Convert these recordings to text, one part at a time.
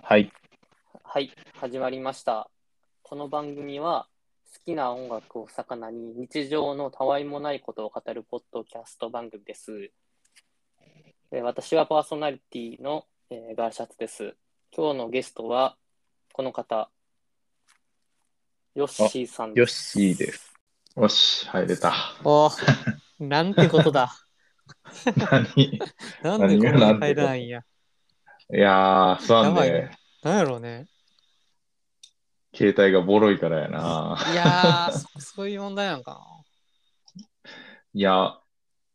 はい。はい、始まりました。この番組は好きな音楽を魚に日常のたわいもないことを語るポッドキャスト番組です。えー私はパーソナリティの、えーガーシャツです。今日のゲストはこの方、ヨッシーさんヨッです。シーです。よし、入れ た。おなんてこと だ。何いなんでこんなに入らないんや。やー、すまんやばいねね。なんやろうね。携帯がボロいから やな。いやー、そそういう問題なんかいや、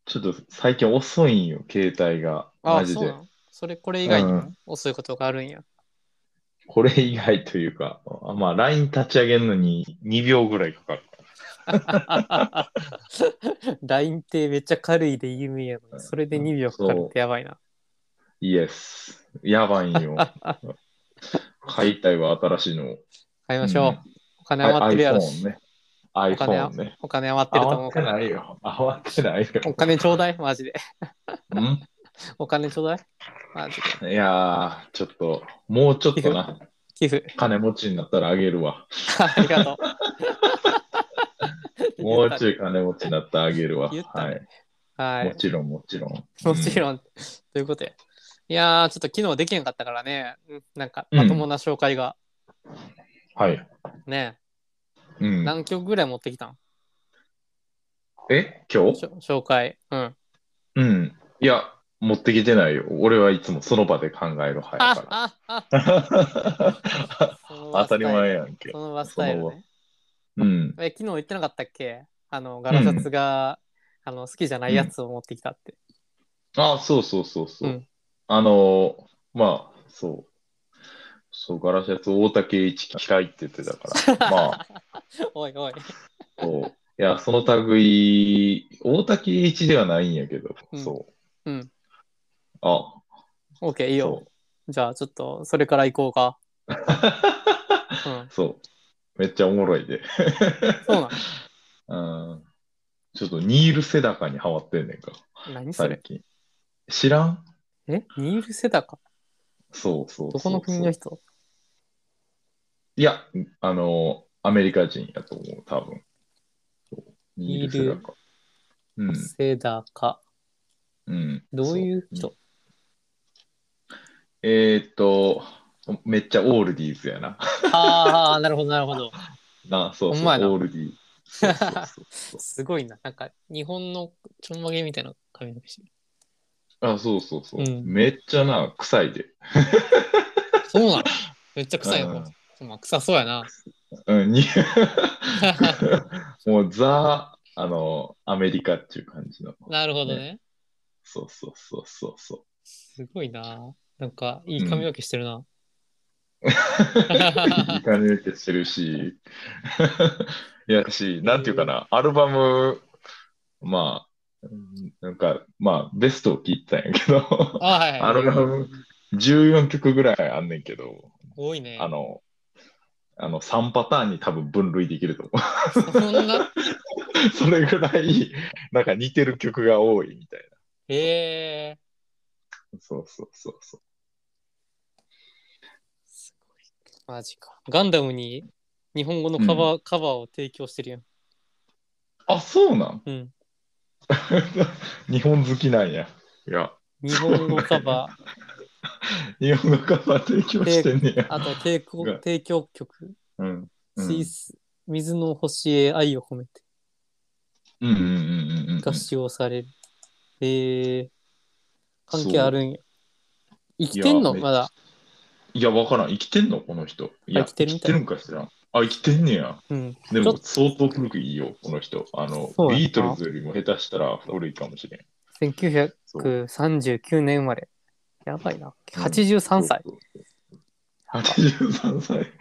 ちょっと最近遅いんよ、携帯が。な。あマあ、ジそうでな。のそれ、これ以外にうもん遅いことがあるんや。 これ以外というか、あまあ、LINE 立ち上げるのに2秒ぐらいかかる。 LINE ってめっちゃ軽いで有名やのに、それで2秒かかるってやばいな。イエス。やばいん よ。買いたいわ、新しいのを。買いましょう。うんお金余ってるやろ iPhone し。ね。お金は iPhone ね。お金余ってると思慌うてから。ないよ。慌てないよ。お金ちょうだい、マジで。うんお金ちょうだい。マジで。いやー、ちょっと、もうちょっとな、寄付。 金持ちになったらあげるわ。ありがとう。もうちょい金持ちになったらあげるわ。言ったねはい。はもい。ちろん、もちろん。もちん。ろん、ということや。いやー、ちょっと昨日できへんかったからね、うんなんかうんまともな紹介が、はい。ね、うん。何曲ぐらい持ってきたんえ今し日ょ紹介。うん。うん。いや、持ってきてないよ。俺はいつもその場で考える派やかあああら。 その場スタ当たイルり前やんけそ。の場スタイルそのね。うん。え、昨日言ってなかったっけあの、ガラシャツが、あの好きじゃないやつを持ってきたって。あ、そうそうそうそう。うんあのーまあ、そう。そう、ガラシャツ大竹一機械って言ってた から。まあ。おいおい。そう。いや、その類、大滝栄一ではないんやけど、うんそう。うん。あ、 OK、いいよ。そじゃあ、ちょっと、それから行こうか。う。うん。そう。めっちゃおもろいで。そうなのうん。ちょっとニール・セダカにハマってんねんか、何そ最れ近。知らんえ、ニール・セダカそうそうそうそう。どこの国の人いや、あの、アメリカ人やと思う、多分。そうニール・セダカ。うん。セダカ。うん。どういう人そえーっと、めっちゃオールディーズやな。 ああ、なるほど、なるほど。な、そうほそんう、まやなオールディーズ。そうそうそう そうすごいな。なんか、日本のちょんまげみたいな髪の毛してる。あ、そうそうそう。うんめっちゃな、臭いで。そうなのめっちゃ臭いうんの。まあ、臭そうやな。う ん、に もうザ、あの、アメリカっていう感じの。なるほどね。そうそうそうそうそすごいな。なんか、いい髪の毛してる な。 う。いい感じでしてるし、 いやし、なんていうかな、アルバム、まあ、うんなんか、まあ、ベストを聞いてたんやけど、 あはいはい。アルバム14曲ぐらいあんねんけど、多いね。あの、あの3パターンに多分分類できると思う。 そんな。それぐらい、なんか似てる曲が多いみたいへえ。な。そうそうそうそう。すごい。マジか。ガンダムに日本語のカバー、カバーを提供してるやん。あ、そうなんうん。 日本好きなんや。いや、日本語カバ ー。日本語カバー提供してんねや。あと、提供うん提供曲。うん。うん水す水の星へ愛を込めて。うんうんうんうんうん。が使用される。へえ関係あるんや。生きてんのいやまだ。いや、わからん。生きてんのこの人。いや、あ生きてるみたい生きてるんかしらん。あ、生きてんねや。うん。でちょっもと、相当古くいいよ、この人。あのそう、やなビートルズよりも下手したら古いかもしれん。そう。 1939年生まれ。やばいな。うん83歳。そうそうそう。83歳。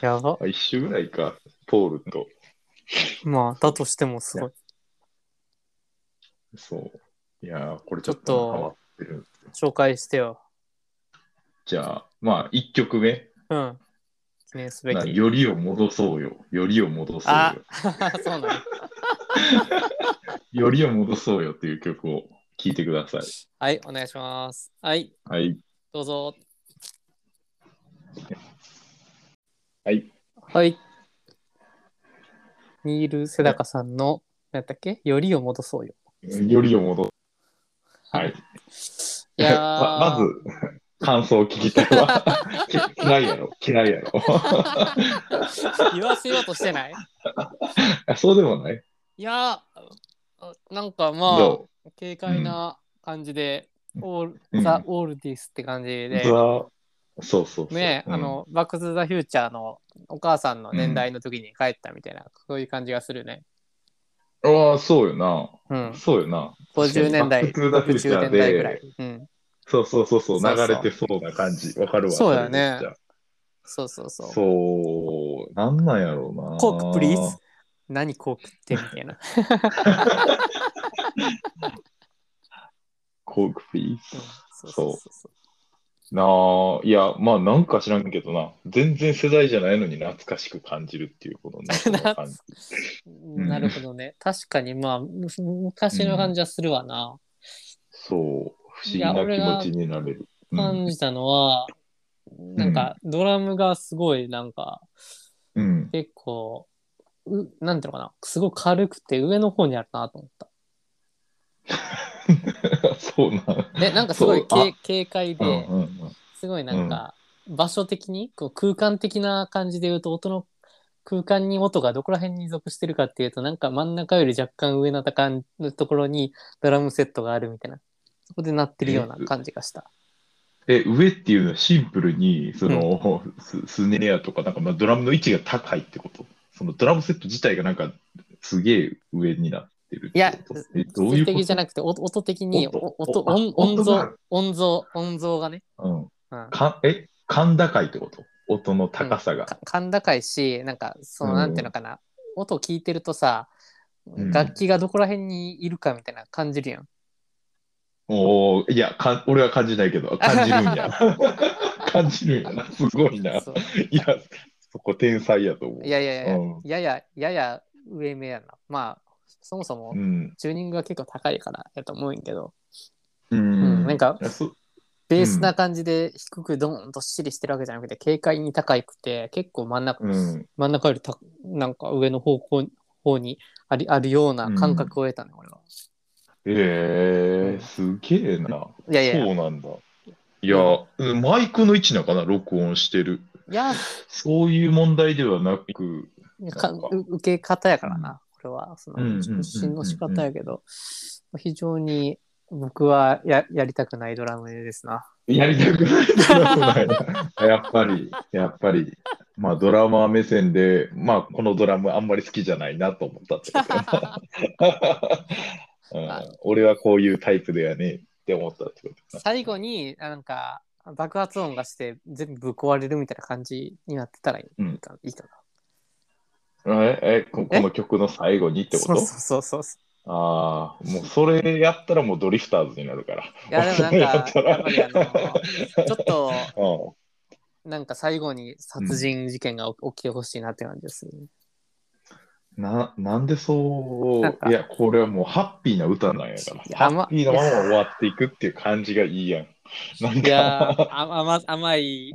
やば。あ、一緒ぐらいか、ポールと。まあ、だとしてもすごい。そう。いやー、これちちょょっっととハマってる。紹介してよ。じゃあ、まあ、一曲目。うん。記念すべなき。よりを戻そうよ。よりを戻そうあよ。 そうなの。よりを戻そうよっていう曲を 聴いてください。はい、お願いします。はい、はい。どうぞ。はい。ニール・セダカさんの、何やったっけよりを戻そうよ。よりを戻す。はい。いやー ままず、感想を聞きた いわ。嫌いやろ、嫌いやろ。 言わせようとしてないあそうでもない。いやー、なんかまどあ、軽快な感じで、オール、うんザ・オールディスって感じうで、ザそうそうそう。ね、うんあ、の、バック・トゥ・ザ・フューチャーのお母さんの年代の時に帰ったみたいな、そういう感じがするね。ああ、そうよな。うん。そうよな。 50年代、バックトゥーザフューチャ60ー年で代ぐらい。うん。そうそうそうそう、そうそう流れてそうな感じ。わかるわ。そうだねそれめっちそうそうそゃう。そう、なんなんやろうな。コーク、プリーズ。何コークってみたいな。コーク、プリーうんズ。そうそうそうそう。なあ、いや、まあなんか知らんけどな。全然世代じゃないのに懐かしく感じるっていうこと ね。この感じんなるほどね。確かに、まあ、む昔の感じはするわな。そう、不思議いや俺がな気持ちになれる。うん感じたのは、なんか、ドラムがすごい、なんか、うん。 結構、うなんていうのかな、すごい軽くて上の方にあるなと思った。そうなん。 で、なんかすごいそうあ軽軽快うんで、うんうんすごいなんか、場所的に、こう空間的な感じで言うと、音の空間に音がどこら辺に属してるかっていうと、なんか真ん中より若干上の高いところにドラムセットがあるみたいな、そこで鳴ってるような感じがした。え、上っていうのはシンプルに、その、ススネアとか、なんかまあドラムの位置が高いってこと。そのドラムセット自体がなんか、すげえ上になってるってこと。いやえ、どういうこ的とじゃなくて、音音的に、音お音、あ音音音があ像る、音像、音像がね。うん。うんかえ、甲高いってこと音の高さが。か甲高いしなんかそのうんなんていうのかな、音を聞いてるとさん楽器がどこら辺にいるかみたいな感じるやん、おおいやか、俺は感じない けど、感じるんや。 感じるんやな。すごいな。いそうや、そこ天才やと思う。いやいやいや、うんやややや上目やなまあそもそもうん。チューニングが結構高いからやと思うんやけど、ううんん。なんかいやそベースな感じで低くドーンどっしりしてるわけじゃなくて軽快に高くて結構真ん中、うん。真ん中よりたなんか上の方向方にありあるような感覚を得たね、俺は。えー、すげえな。いやいやいやそうなんだ。いや、マイクの位置なんかな、録音してる。いやそういう問題ではなく、かなんかう受け方やからな、これは、そうんうんうんの、うんうん出身の仕方やけど、非常に僕はややりたくないドラムですな。やりたくないドラマややっぱり、やっぱり、まあドラマー目線で、まあこのドラムあんまり好きじゃないなと思ったってことや なうん俺はこういうタイプではねえって思ったってことや最後になんか爆発音がして全部ぶっ壊れるみたいな感じになってたらいい,、うんかいいかな。な。ええこ、この曲の最後にってこそうとそうそうそああ、もうそれやったらもうドリフターズになるから。う。いやでもなんか、そやれ やっぱったりらあの、ちょっとうんなんか最後に殺人事件が起起きてほしいなって感じですね。な、なんでそなんかう、いや、これはもうハッピーな歌なんやから、やハまッピーなまま終わっていくっていう感じがいいやん。なんいや か、ーあ甘甘い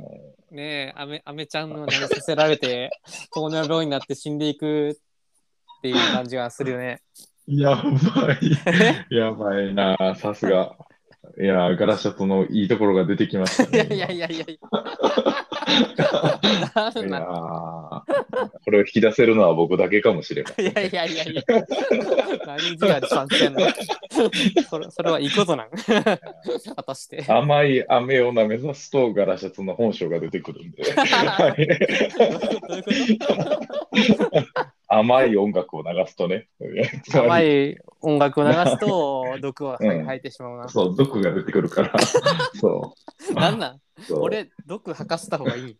ねえあめあめちゃんの名前させられ て糖尿病になって死んでいくっていう感じがするよね。やば い、やばいな、さすが。いや、ガラシャトのいいところが出てきました いや。ねいやいやいやいや。今いやなーこれを引き出せるのは僕だけかもしれない。いやいやいやいや。何時間で参戦のそれそれはいいことなん 果たして。甘い飴を舐めさすと、ガラシャトの本性が出てくる んで。はいどう いうこと甘い音楽を流すとね。 甘い音楽を流すと毒が入ってしまうな。 そう、毒が出てくるから。 そなんなんう。そう俺、毒吐かせた方がいい。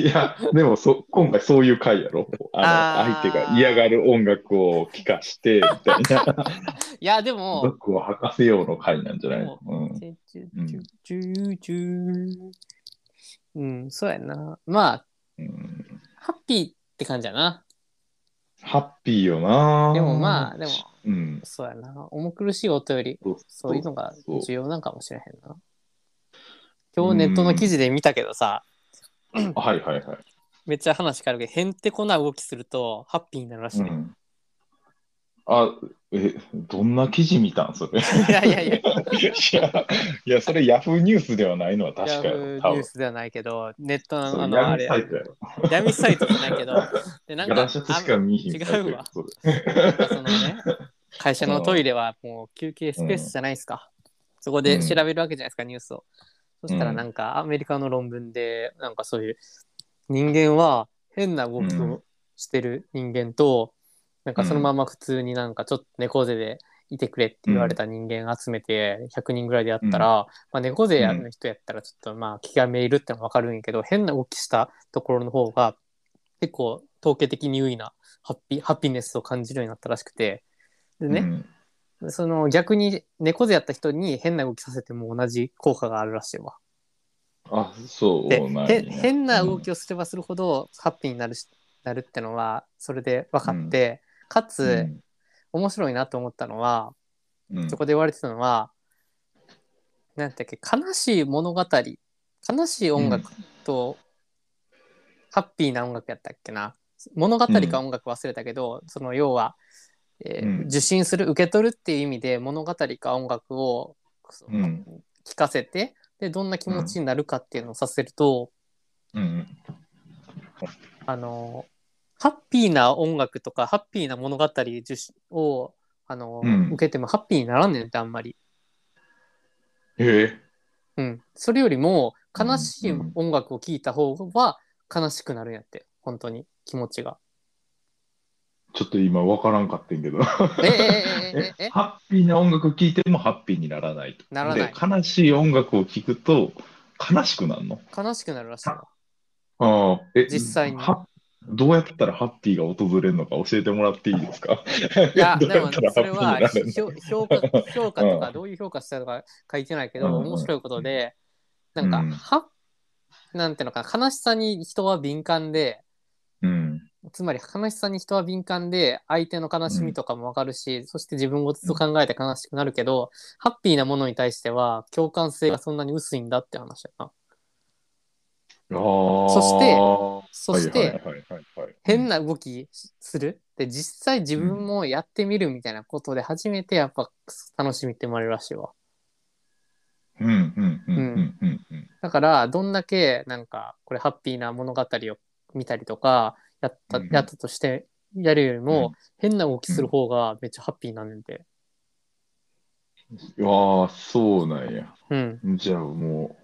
いや、でもそ、今回そういう回やろ。あのあー相手が嫌がる音楽を聴かして、みたいな。いや、でも、毒を吐かせようの回なんじゃないもうん。うんうん、そうやな。まあ、うんハッピーって感じやな。ハッピーよなでもまあ、でも、うん。そうやな。重苦しい音より、そうそういうのがそう重要なんかもしれへんな。今日ネットの記事で見たけどさ、はいはいはい。めっちゃ話変わるけど、へんてこな動きすると、ハッピーになるらしい。うん。あ、え、どんな記事見たん それ。いいやいやいや、や、いや、それヤフーニュースではないのは確ヤフかよーニ。多ュー分。スではないけど、ネットそのうあの、あ闇れサ、イトやろ。闇サイトじゃないけど、で、なんガか、ラシャツしか見ひんあサイト違うやわそれなんかそのね、会社のトイレはもう休憩スペースじゃないですか。そこで調べるわけじゃないですか、ニュースを。そしたらなんかアメリカの論文で、なんかそういう人間は変な動きうをんしてる人間と、なんかそのまま普通になんかちょっと猫背でいてくれって言われた人間集めて100人ぐらいでやったら、まあ、猫背の人やったらちょっとまあ気がめいるってのはわかるんやけど、変な動きしたところの方が結構統計的に優位なハッピーハピネスを感じるようになったらしくてでうね、んその逆に猫背やった人に変な動きさせても同じ効果があるらしいわ。あ、そうでなんやへ変な動きをすればするほどハッピーになるしなるってのはそれで分かって、かつ、面白いなと思ったのはうんうんそこで言われてたのは何だっけ悲しい物語悲しい音楽と、ハッピーな音楽やったっけな物語か音楽忘れたけど、その要は、えーうん受信する受け取るっていう意味で物語か音楽をうん聞かせてでどんな気持ちになるかっていうのをさせると、うんあのハッピーな音楽とかハッピーな物語受信をあの、うん受けてもハッピーにならんねんってあんまり。へえうん、それよりも悲しいうんうん音楽を聴いた方が悲しくなるんやって本当に気持 ちが。ちょっと今わからんかってんけど。えええええええハッピーな音楽聴いてもハッピーにならないと。ならないで、悲しい音楽を聴くと悲しくなるの悲しくなるらしいわ。ああ、え、実際にはどうやったらハッピーが訪れるのか教えてもらっていいですかい やどうでやもったらハそッれピーになはれるの評評価評価とうかんどういう評価したとか書いてないけどうんうん面白いことでなうんんかはなんていうのかな悲しさに人は敏感でうん。つまり悲しさに人は敏感で相手の悲しみとかもわかるし、そして自分ごとと考えて悲しくなるけど、ハッピーなものに対しては共感性がそんなに薄いんだって話やな。ああ。してそして、はいはいはいはいはい、変な動きするで実際自分もやってみるみたいなことで初めてやっぱ楽しみって生まれるらしいわ。うんうんうんうんうんうん。だからどんだけなんかこれハッピーな物語を見たりとかやった,、うんやったとしてやるよりも、うん変な動きする方がめっちゃハッピーなんねんで。ああ、そうなんや。うんじゃあも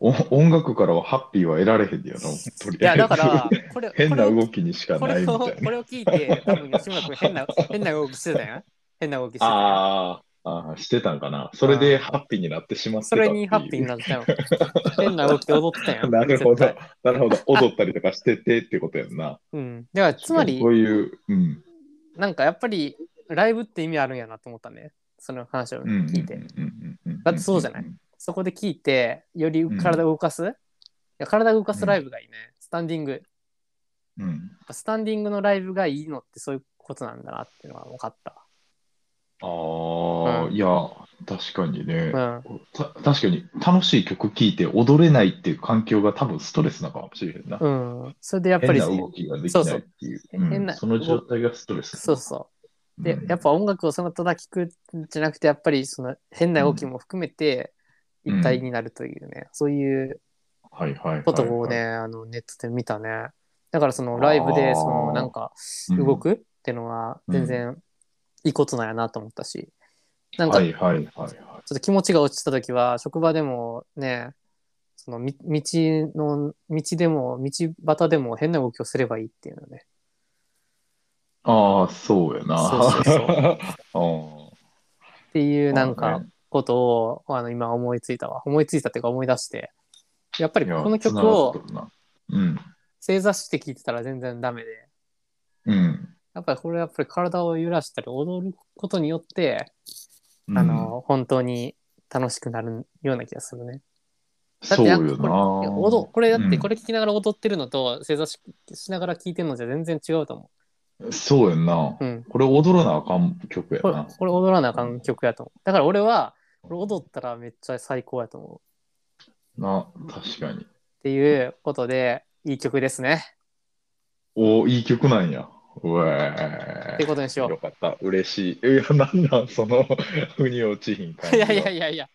う、お音楽からはハッピーは得られへんやろ、とりいあえやだず。から これ変なこれを動きにしかこなれいみをたいこな。れを聞いて多分吉村君変な変な動きしてたよね変な動きしてたよねあーあー、してたんかな。それでハッピーになってしまってたそっていうれにハッピーになった よ変な動きで踊ってたよなるほど絶対。なるほど。踊ったりとかしててってことやんな。うんだからつまりこういう、うん。なんかやっぱりライブって意味あるんやなと思ったねその話をうんうん聞いて、うんうんうんうんだってそうじゃないそこで聞いてより体を動かす、いや体を動かすライブがいいね、スタンディングやっうん。ぱスタンディングのライブがいいのってそういうことなんだなっていうのは分かったああ、うんいや、確かにね。うんた確かに楽しい曲聴いて踊れないっていう環境が多分ストレスなのかもしれへんな。うんそれでやっぱり変な動きができないっていう。そうそう変なうんその状態がストレス。そうそうでうんやっぱ音楽をそのただ聞くんじゃなくてやっぱりその変な動きも含めてうん一体になるというね、そういうはいはいはいはいことをね、あのネットで見たねだからそのライブあでーそのなんかうん動くっていうのは全然いいことなんやなと思ったし、なんかはちょいはいはいはい。っと気持ちが落ちた時は職場でもねそのみ道の道でも道端でも変な動きをすればいいっていうのねああ、そうやな。そうそう そうっていうあーなんまあかねことをあの今思いついたわ思いついたっていうか思い出してやっぱりいやこの曲繋がっをとるなうん。正座して聴いてたら全然ダメでうん。やっぱりこれやっぱり体を揺らしたり踊ることによって、うんあ、の本当に楽しくなるような気がするね。だっそてうやよっぱな。これ踊これだっうてんこれ聴きながら踊ってるのと正座ししながら聴いてるのじゃ全然違うと思そうやんなう。う。ん。これ踊らなあかん曲やこれな。これ踊らなあかん曲やと思う。だから俺はこれ踊ったらめっちゃ最高やと思う。な、確かに。っていうことでいい曲ですね。おーいい曲なんや。うえってことにしよよかった。嬉しい。いや、なんなん、その、腑に落ちひん感 う。いじやが。いやいやいや、い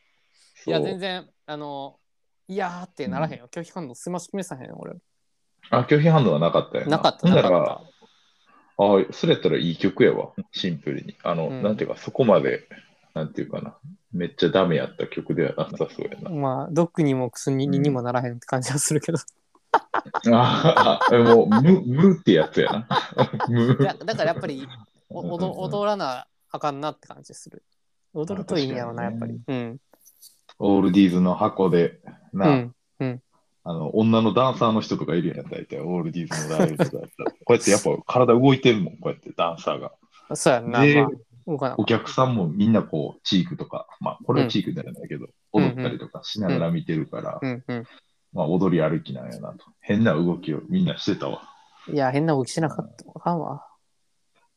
そうや全然、あの、いやーってならへんよ。拒否反応すましくめさへんよ、俺。あ、拒否反応はなかったよなかった、ほんなかならった。あそれやったらいい曲やわ、シンプルに。あの、うんなんていうか、そこまで、なんていうかな、めっちゃダメやった曲ではなさそうやな。まあ、毒にも薬ににもならへんって感じはするけど。ああ、もう、む、むってやつやな。 むい。やだからやっぱ りおおど踊らなあかんなって感じする。踊るといいんやろな、あやっ確ぱかりに。うん。オールディーズの箱で、うな、ん。あの、女のダンサーの人とかいるやん、大体、オールディーズのライブとかやったら。こうやってやっぱ体動いてるもん、こうやってダンサーが。そうやんな。でまあ、動かなお客さんもみんなこう、チークとか、まあ、これはチークじゃないんだけど、うん踊ったりとかしながら見てるから、うんうまあ、踊り歩きなんやなと。変な動きをみんなしてたわ。ん。いや、変な動きしなかった。あかんわ。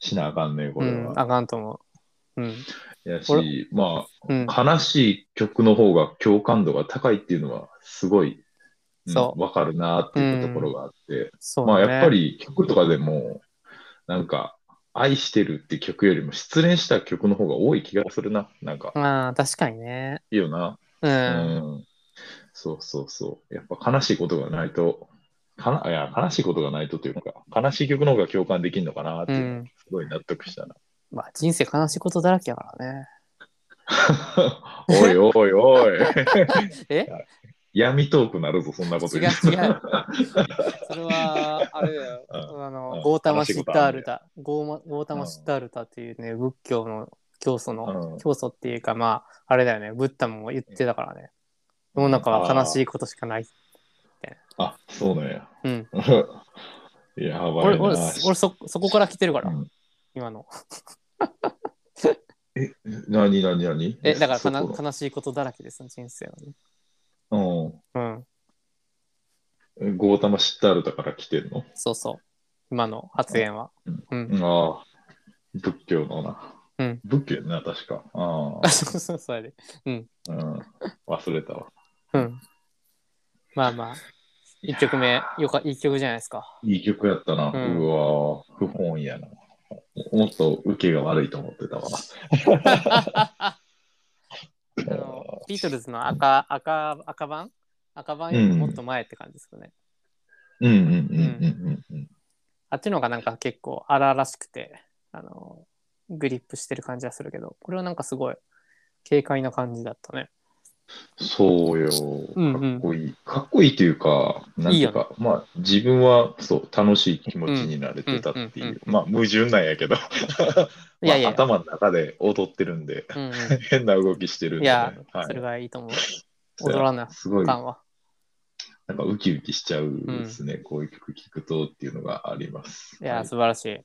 しなあかんね、こうれん。は。あかんと思う。うん。やこし、まうん。あ、悲しい曲の方が共感度が高いっていうのは、すごい、うんそうわかるなっていうところがあって、そう、ね。まあ、やっぱ。り曲とかでも、なんか、愛してるって曲よりも失恋した曲の方が多い気がするな。なんか、まあ、確かにね。いいよな。うん。うんそうそうそう。やっぱ悲しいことがないと、かないや悲しいことがないとというか、悲しい曲の方が共感できるのかなっていうのうがんすごい納得したな。まあ、人生悲しいことだらけやからね。おいおいおい、 え闇トークなるぞ、そんなこと言ったら違う違 うそれは、あれだよ。あうの、んゴータマシッタールタ。ゴーマゴータマシッタールタっていうね、仏教の教祖のうん教祖っていうかまああれだよねブッダも言ってたからね世の中は悲しいことしかないあ、そうなんや。うんやば俺 い俺な。俺そそこから来てるから、うん今の何何何えだからかそなこ悲しいことだらけです人生はねのうんうん。ゴータマシッタールだから来てんのそうそう今の発言はうんああ、仏教のな。うん仏教やな、確か。ああ そうそうそうやであ、うん。忘れたわ。うんまあまあ1曲目よかいい曲じゃないですかいい曲やったな。ううんわぁ不本意やな。もっと受けが悪いと思ってたわ。 あのビートルズの赤赤赤版赤版よりもっと前って感じですよね、うんうんうんうんうんうん。あっちの方がなんか結構荒々しくて、あの、グリップしてる感じはするけど、これはなんかすごい軽快な感じだったね。そうよ。うんうかんっこいい。かっこいいというか、なんていうか、まあ自分はそう、楽しい気持ちになれてたってうんうん。いううんまあ矛盾なんやけど。いやいや、まあ頭の中で踊ってるんで、うんうん変な動きしているんで、ね。や、はいそれがいいと思う。そうや踊らなすごい、感は。なんかウキウキしちゃうですね、こういう曲聴くとっていうのがあります。いや、はい素晴らしい。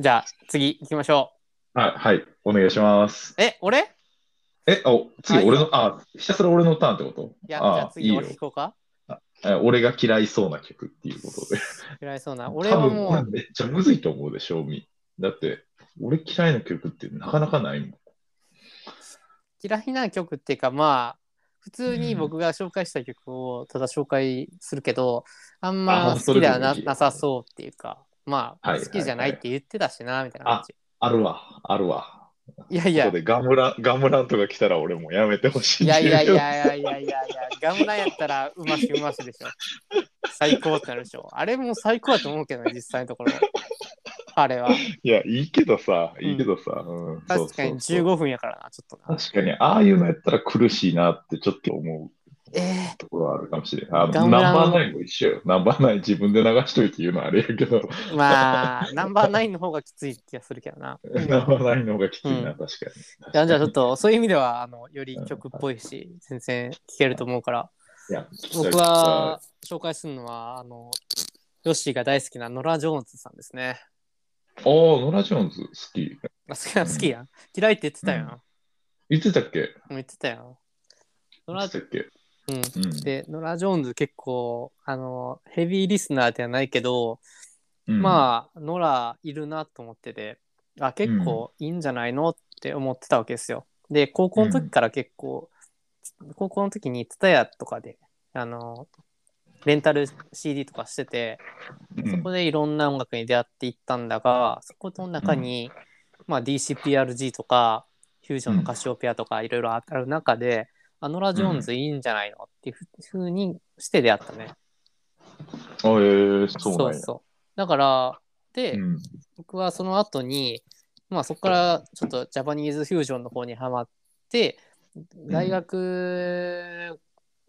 じゃあ、次行きましょはい、はい、お願いします。う。え、俺いえ、あ、あい次いよ俺の、あ、ひたすら俺のターンってことや、じあゃあ次いい俺弾こうか。よえ俺が嫌いそうな曲っていうことで。嫌いそうな。俺は多も分これめっちゃむずいと思うで、賞味。だって、俺嫌いな曲ってなかなかないもん。う嫌いな曲っていうか、まあ、普通に僕が紹介した曲をただ紹介するけど、あんまあ好きではそれでもないいよなさそうっていうか、まあ、はい好きじゃないって言ってたしな、みたいな感じ。あるわ、あるわ。いやいこやこ、でガムラン、ガムランとか来たら俺もうやめてほしい。いやいやい。やいやいやいやいや、ガムランやったらうましうましで しょ。最高ってなるでしょ。あれも最高だと思うけどね、実際のところ。あれは。いや、いいけどさ、いいけどさ。うんそうそう確そうかに15分やからな、ちょっとな。確かに、ああいうのやったら苦しいなってちょっと思えうところはあるかもしれない。あガのムラナンンバーナインも一緒よ。ナンバーナイン自分で流しといて言うのはあれやけど、ー、まあ、ナンバーナインの方がきつい気がするけど な。ナンバーナインの方がきついな、う確かに。いやじゃあちょっと、そういう意味では、あのより曲っぽいし、全然聴けると思うから、いや、聞きたい僕は、紹介するのは、あの、ヨッシーが大好きなノラ・ジョーンズさんですね。ああ、ノラ・ジョーンズ好き。あ好きやん好きやん。嫌いって言ってたよな。言ってたっけ言ってたよな。ノ言ラってたっけうん、うんでノラ・ジョーンズ結構あのヘビーリスナーではないけど、うんまあノラいるなと思っててあ結構いいんじゃないのって思ってたわけですよ。で高校の時から結構、高校の時に TSUTAYA とかであのレンタル CD とかしてて、うんそこでいろんな音楽に出会っていったんだが、そこの中に、まあ、DCPRG とか、フュージョンのカシオペアとかいろいろある中で、アノラ・ジョーンズいいんじゃないのっていうふうにして出会ったね。あ、えー、そうなんや。そうそうだから、で、うん僕はその後に、まあ、そこからちょっとジャパニーズフュージョンの方にはまって大学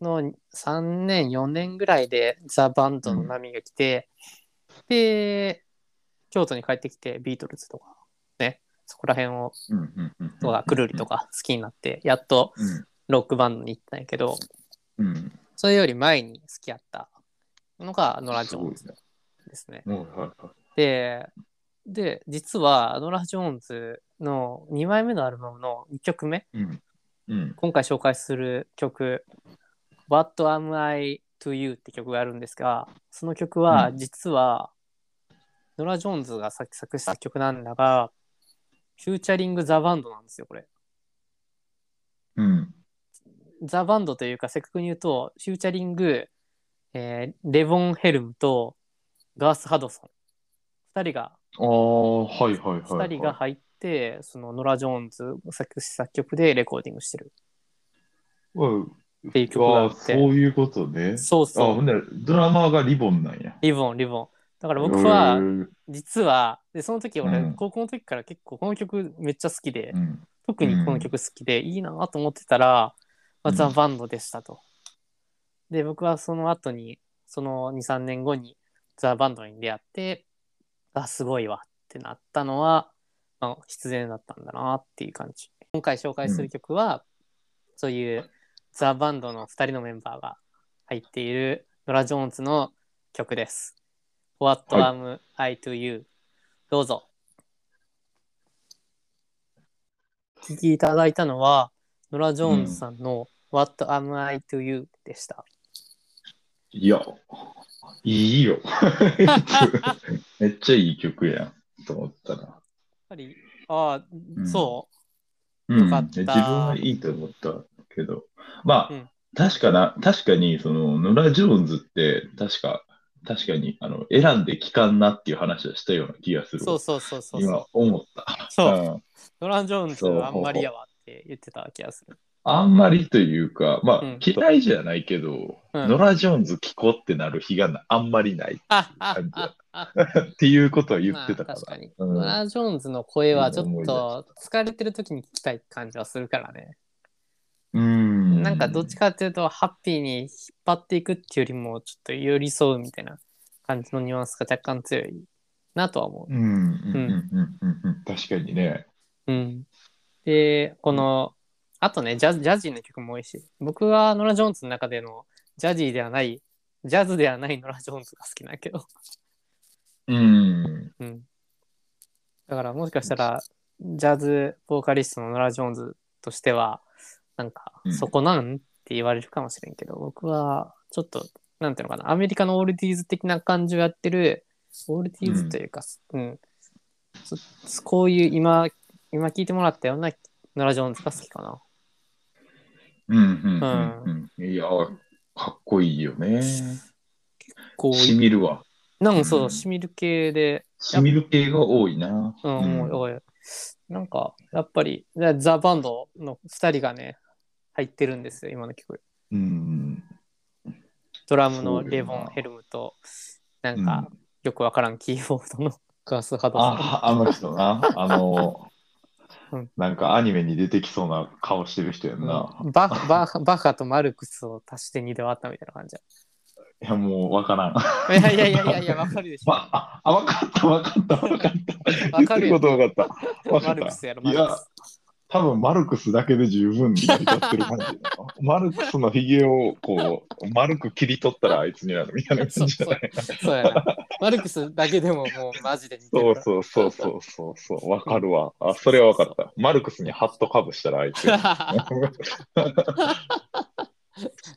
の3年4年ぐらいでザ・バンドの波が来て、で京都に帰ってきてビートルズとかねそこら辺をうんうんうんとかくるりとか好きになってやっとうんロックバンドに行ったんやけどうん。それより前に好きやったのがノラ・ジョーンズすごいですね。ね。はいはいはい。で、で、実は、ノラ・ジョーンズの2枚目のアルバムの1曲目、うん。うん。今回紹介する曲、What Am I to You って曲があるんですが、その曲はう実は、ノラ・ジョーンズが作作詞した曲なんだが、フューチャリング・ザ・バンドなんですよ、これ。うん。ザ・バンドというか、せっかくに言うと、フューチャリング、えーレボン・ヘルムとガース・ハドソン。2人がああ、はいはいはい、は2い。人が入って、そのノラ・ジョーンズ作詞作曲でレコーディングしてるうんっていう曲がああってそういうことね。そうあ、ほそうんでドラマーがリボンなんや。リボンリボンだから僕はうん実はでその時う俺ん高校の時から結構この曲めっちゃ好きで、うん特にこの曲好きでいいなと思ってたら、まあうんザ・バンドでしたとで僕はその後にその23年後にザ・バンドに出会ってあすごいわってなったのは、まあ、必然だったんだなっていう感じ今回紹介する曲は、そういうザ・バンドの2人のメンバーが入っているノラ・ジョーンズの曲です。What は am I to you? どうぞ。お聴きいただいたのはノラ・ジョーンズさんの What am I to you? でした。いや、いいよ。 めっちゃいい曲やん。と思ったら。やっぱり、ああ、んそうん、よかっ自た分はいいと思ったけど、まあ、うん確かな、確かに、その、ノラ・ジョーンズって、確か、確かに、あの、選んで聞かんなっていう話はしたような気がすう、るそわ。うそうそうそうそう。今、思った。そう、うんノラ・ジョーンズはあんまりやわって言ってた気がする。あんまりというか、まあ、うん嫌いじゃないけど、うんノラ・ジョーンズ聞こうってなる日がなあんまりないああ感じあだあっていうことは言ってたまかあ、確かに、うんノラ・ジョーンズの声はちょ思っい出しと疲れてる時に聞きたい感じはするからね、ら。うん。なんかどっちかっていうとハッピーに引っ張っていくっていうよりもちょっと寄り添うみたいな感じのニュアンスが若干強いなとは思うん。うん。うん。うんうん。うん確かにね。う、うん、でこのあとねジャズジャジーの曲も多いし僕はノラ・ジョーンズの中でのジャジーではないジャズではないノラ・ジョーンズが好きなんやけどうん。うん。だからもしかしたら、ジャズボーカリストのノラ・ジョーンズとしては、なんかう、んそこなんって言われるかもしれんけど、僕は、ちょっと、なんていうのかな、アメリカのオールディーズ的な感じをやってる、オールディーズというか、うん、そこういう今、今聞いてもらったようなノラ・ジョーンズが好きかな。うんうんうんうんいやー、かっこいいよね。こうしいう、みるわ。なんかそうう、んしみる系で、しみる系が多いな。うん、おいおい。なんか、やっぱり、ザ・ザバンドの2人がね、入ってるんですよ、今の曲。うん。ドラムのそうよなレボン・ヘルムと、なんか、よくわからんキーボードの ガース・ハドソあ、あの人 な。あのうん、なんかアニメに出てきそうな顔してる人やんン。な。バッバッバッハとマルクスを足して2で割ったみたいな感じいや、もうわからん。 や。いやいやいやいやいや、わかるでしょ。わあ、あわかった、わかった、わかった。わかる言よってることわかった。わかマっルクた。スやろ、マいルクやス。、多分マルクスだけで十分成り立ってる感じ。マルクスのひげをこう、丸く切り取ったらあいつになるみたいな感じじゃないそうやな。マルクスだけでももうマジで似てそるうから。そうそうそうそうそう、わかるわ。あ、それはわかった。マルクスにハットかぶしたらあいつ。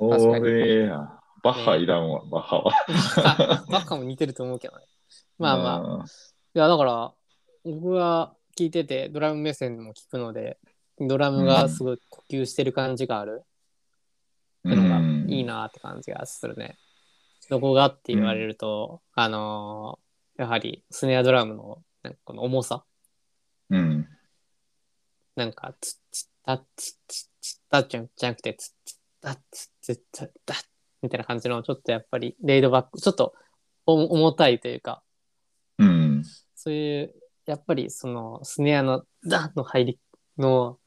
おええやん。バッハいらんわ、バッハは。 バッカも似てると思うけどね。まあまあ。いや、だから、僕は聞いてて、ドラム目線も聞くので、ドラムがすごい呼吸してる感じがあるあってのがいいなって感じがするね。どこがって言われると、あのーやはりスネアドラムのなんかこの重さうん。なんかツッツッタッツッツッツッタッじゃんじゃなくてツッツッタッツッツッツッタッみたいな感じのちょっとやっぱりレイドバックちょっと重重たいというかうん。そういう、やっぱりそのスネアのダンの入りの、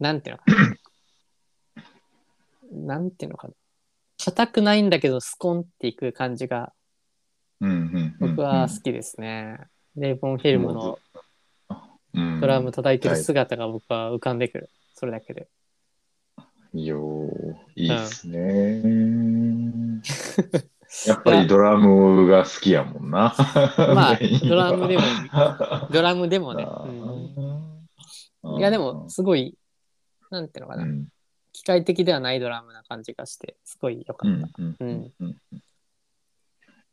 なんていうのかな。なんていうのかな。硬くないんだけど、スコンっていく感じがうん。うん僕は好きですね。レイボンフィルムのうんドラム叩いてる姿が僕は浮かんでくる。それだけで。いいよー。いいっすねー。やっぱりドラムが好きやもんな。まあメイドンはラムでもドラムでもね。あうんーいや、でも、、すごい、なんていうのかうな。ん機械的ではないドラムな感じがして、すごい良かうっんた。うんううんんうん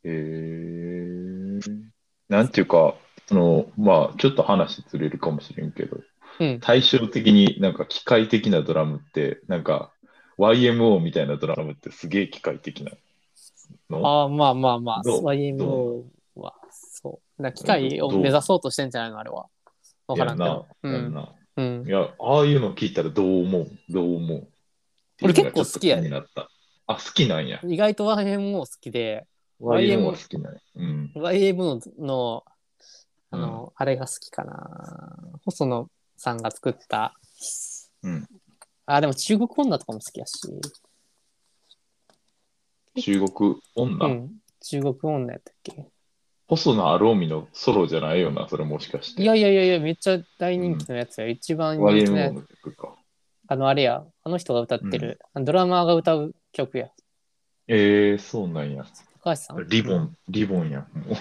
へーなんていうか、そのまあ、ちょっと話ずれるかもしれんけど、うん。対照的になんか機械的なドラムって、なんか YMO みたいなドラムってすげえ機械的なのああ、まあまあまあ、どう YMO は、そう。だから機械を目指そうとしてんじゃないのあれは。わからんけど。うやんん。な。うんい、や、ああいうの聞いたらどう思うどう思う俺結構好きやっでていうのがちょっと気になった。あ、好きなんや。意外と YMO 好きで、YMO YMO は好きなんや。うん。 YMO の、あの、あれが好きかな。細野さんが作った、うん、あ、でも中国女とかも好きやし、中国女、うん。中国女やったっけ細野晴臣のソロじゃないよな、それもしかして。いやいやいやいや、めっちゃ大人気のやつや。一番人気のや YMO つ。の曲か。あの、あれや、あの人が歌ってる、あのドラマーが歌う曲や。えー、そうなんや。高橋さんリボン、リボンや。 もう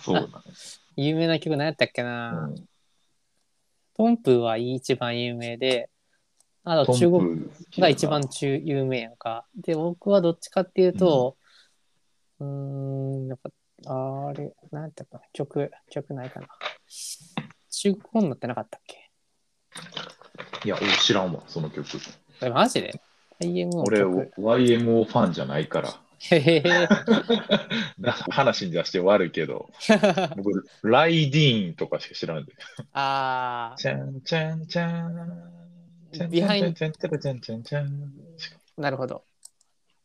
そうなん有名な曲何やったっけな、や。トンプは一番有名で、あトとン中国プが一番中有名やんか。で、僕はどっちかっていうと、うーん、んやっぱ、あれ、なんやったかな、曲、曲ないかな。中国女ってなかったっけいや、俺知らんわ、その曲。えマジで ?IMO の俺、曲。 YMO ファンじゃないから。 へへへ。なんか話に出して悪いけど、僕、ライディーンとかしか知らんで。 あチャンチャンチャン。ビハインチャンチャンチャンチャンチャンチャン。ー、なるほど。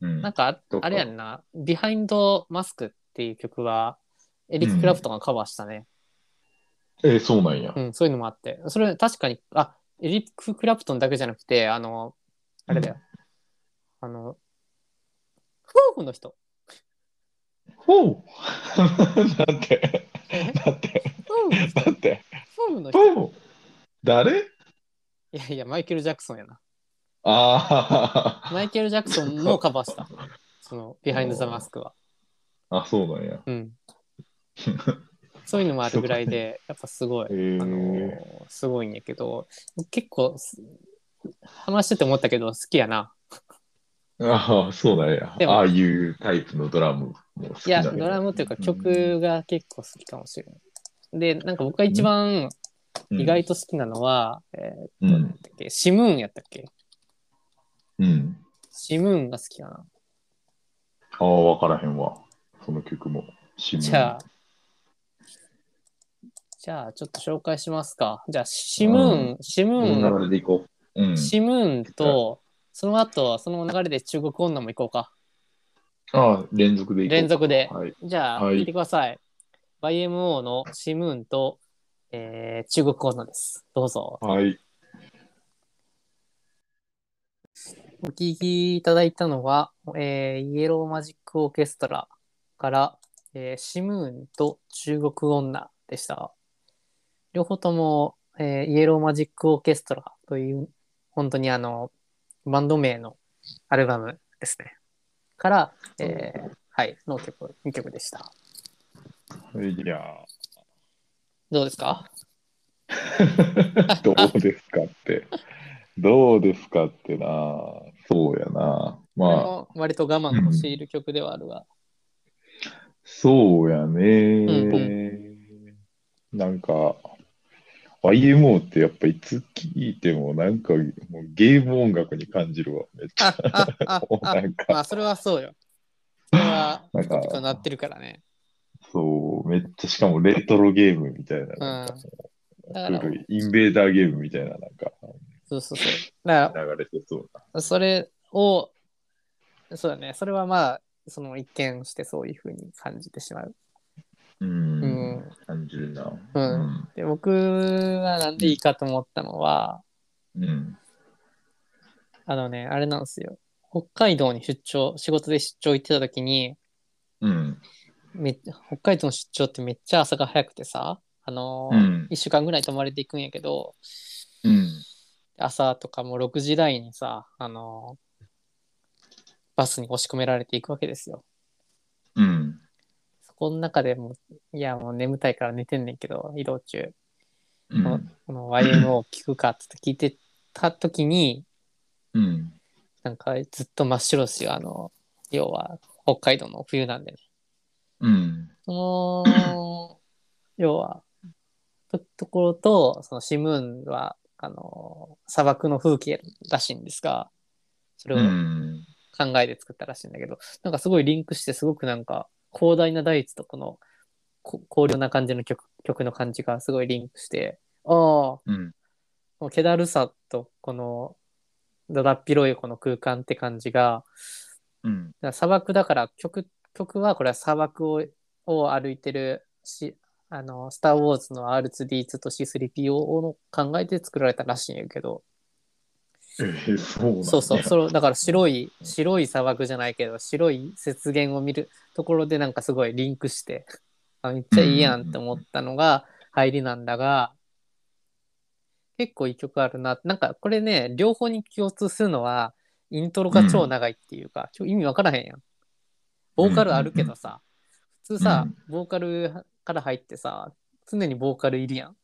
うんなんかど、うかあれやんな、ビハインドマスクっていう曲は、エリック・クラプトンがカバーしたね。えー、そうなんやう。ん、そういうのもあって。それ確かに、あ、エリック・クラプトンだけじゃなくて、あの、あれだよ。あの、夫婦の人。ほう なんて、えなんて、夫婦の人。なんて。夫婦の人。ほう誰いやいや、マイケル・ジャクソンやな。あマ あ。イケル・ジャクソンもカバーした。その、ビハインド・ザ・マスクは。あ、そうなんや。 うん。そういうのもあるぐらいで、やっぱすごい。えあのー、すごいんやけど、結構、す話してて思ったけど、好きやな。ああ、そうなんやで。もああいうタイプのドラムも好きいや、なんドラムというかうん曲が結構好きかもしれない。で、なんか僕が一番意外と好きなのは、えーっうと、なんんだっけ、シムーンやったっけうん。シムーンが好きかな。ああ、わからへんわ。その曲も。シムじゃあ、じゃあちょっと紹介しますか。じゃあ、シムーン、シムこーの流れでいこう。うんン、。シムーンと、その後、その流れで中国女も行こうか。ああ、連続でいこう。連続で。はい。じゃあ、は聞いいてください。YMO のシムーンと、えー中国女です。どうぞ。はい。お聞きいただいたのは、えーイエローマジックオーケストラから、えーシムーンと中国女でした。両方とも、えーイエローマジックオーケストラという、本当にあの、バンド名のアルバムですね。から、えーはい、の曲、2曲でした。いやどうですかーどうですかって。どうですかってな。そうこれやな。まあ。も割と我慢を強いる曲ではあるが。そうやね、んうなんか、YMO ってやっぱいつ聞いてもなんかもうゲーム音楽に感じるわ、めっちゃ。あ、あ、あ、もうあなん、かまあ、それはそうよ。それはなんピかカピカなってるからね。そう、めっちゃ、しかもレトロゲームみたいな、なんかだから、古いインベーダーゲームみたいな、なんか、そうそうそう。だか流れてそうな。ら、それを、そうだね、それはまあ、その一見してそういうふうに感じてしまう。う、うんん。感じるな。うんで、僕はなんでいいかと思ったのは、うん。うん。あのね、あれなんですよ。北海道に出張、仕事で出張行ってた時に、うん。めっ北海道の出張ってめっちゃ朝が早くてさ、あのー、うん1週間ぐらい泊まれていくんやけど、うん。朝とかもう6時台にさ、あのーバスに押し込められていくわけですよ。うん。そこの中でもう、いやもう眠たいから寝てんねんけど、移動中、うん。この YMO を聞くかって聞いてた時に、うん。なんかずっと真っ白ですよ、あの、要は北海道の冬なんでね。うん。その、要は、とところと、そのシムーンは、あの、砂漠の風景らしいんですが、それをうん。考えて作ったらしいんだけど、なんかすごいリンクして、すごくなんか広大な大地とこのこ荒涼な感じの曲曲の感じがすごいリンクして、ああ、うん。この気だるさとこのだだっ広いこの空間って感じが、うん。だから砂漠だから曲曲はこれは砂漠をを歩いてるしあの「スター・ウォーズ」の R2D2 と C3PO を考えて作られたらしいんやけどえー、そうなんやそうそうそれをだから白い白い砂漠じゃないけど白い雪原を見るところでなんかすごいリンクしてあめっちゃいいやんって思ったのが入りなんだが結構いい曲あるななんかこれね両方に共通するのはイントロが超長いっていうか、ちょ意味わからへんやんボーカルあるけどさ、普通さボーカルから入ってさ常にボーカルいるやん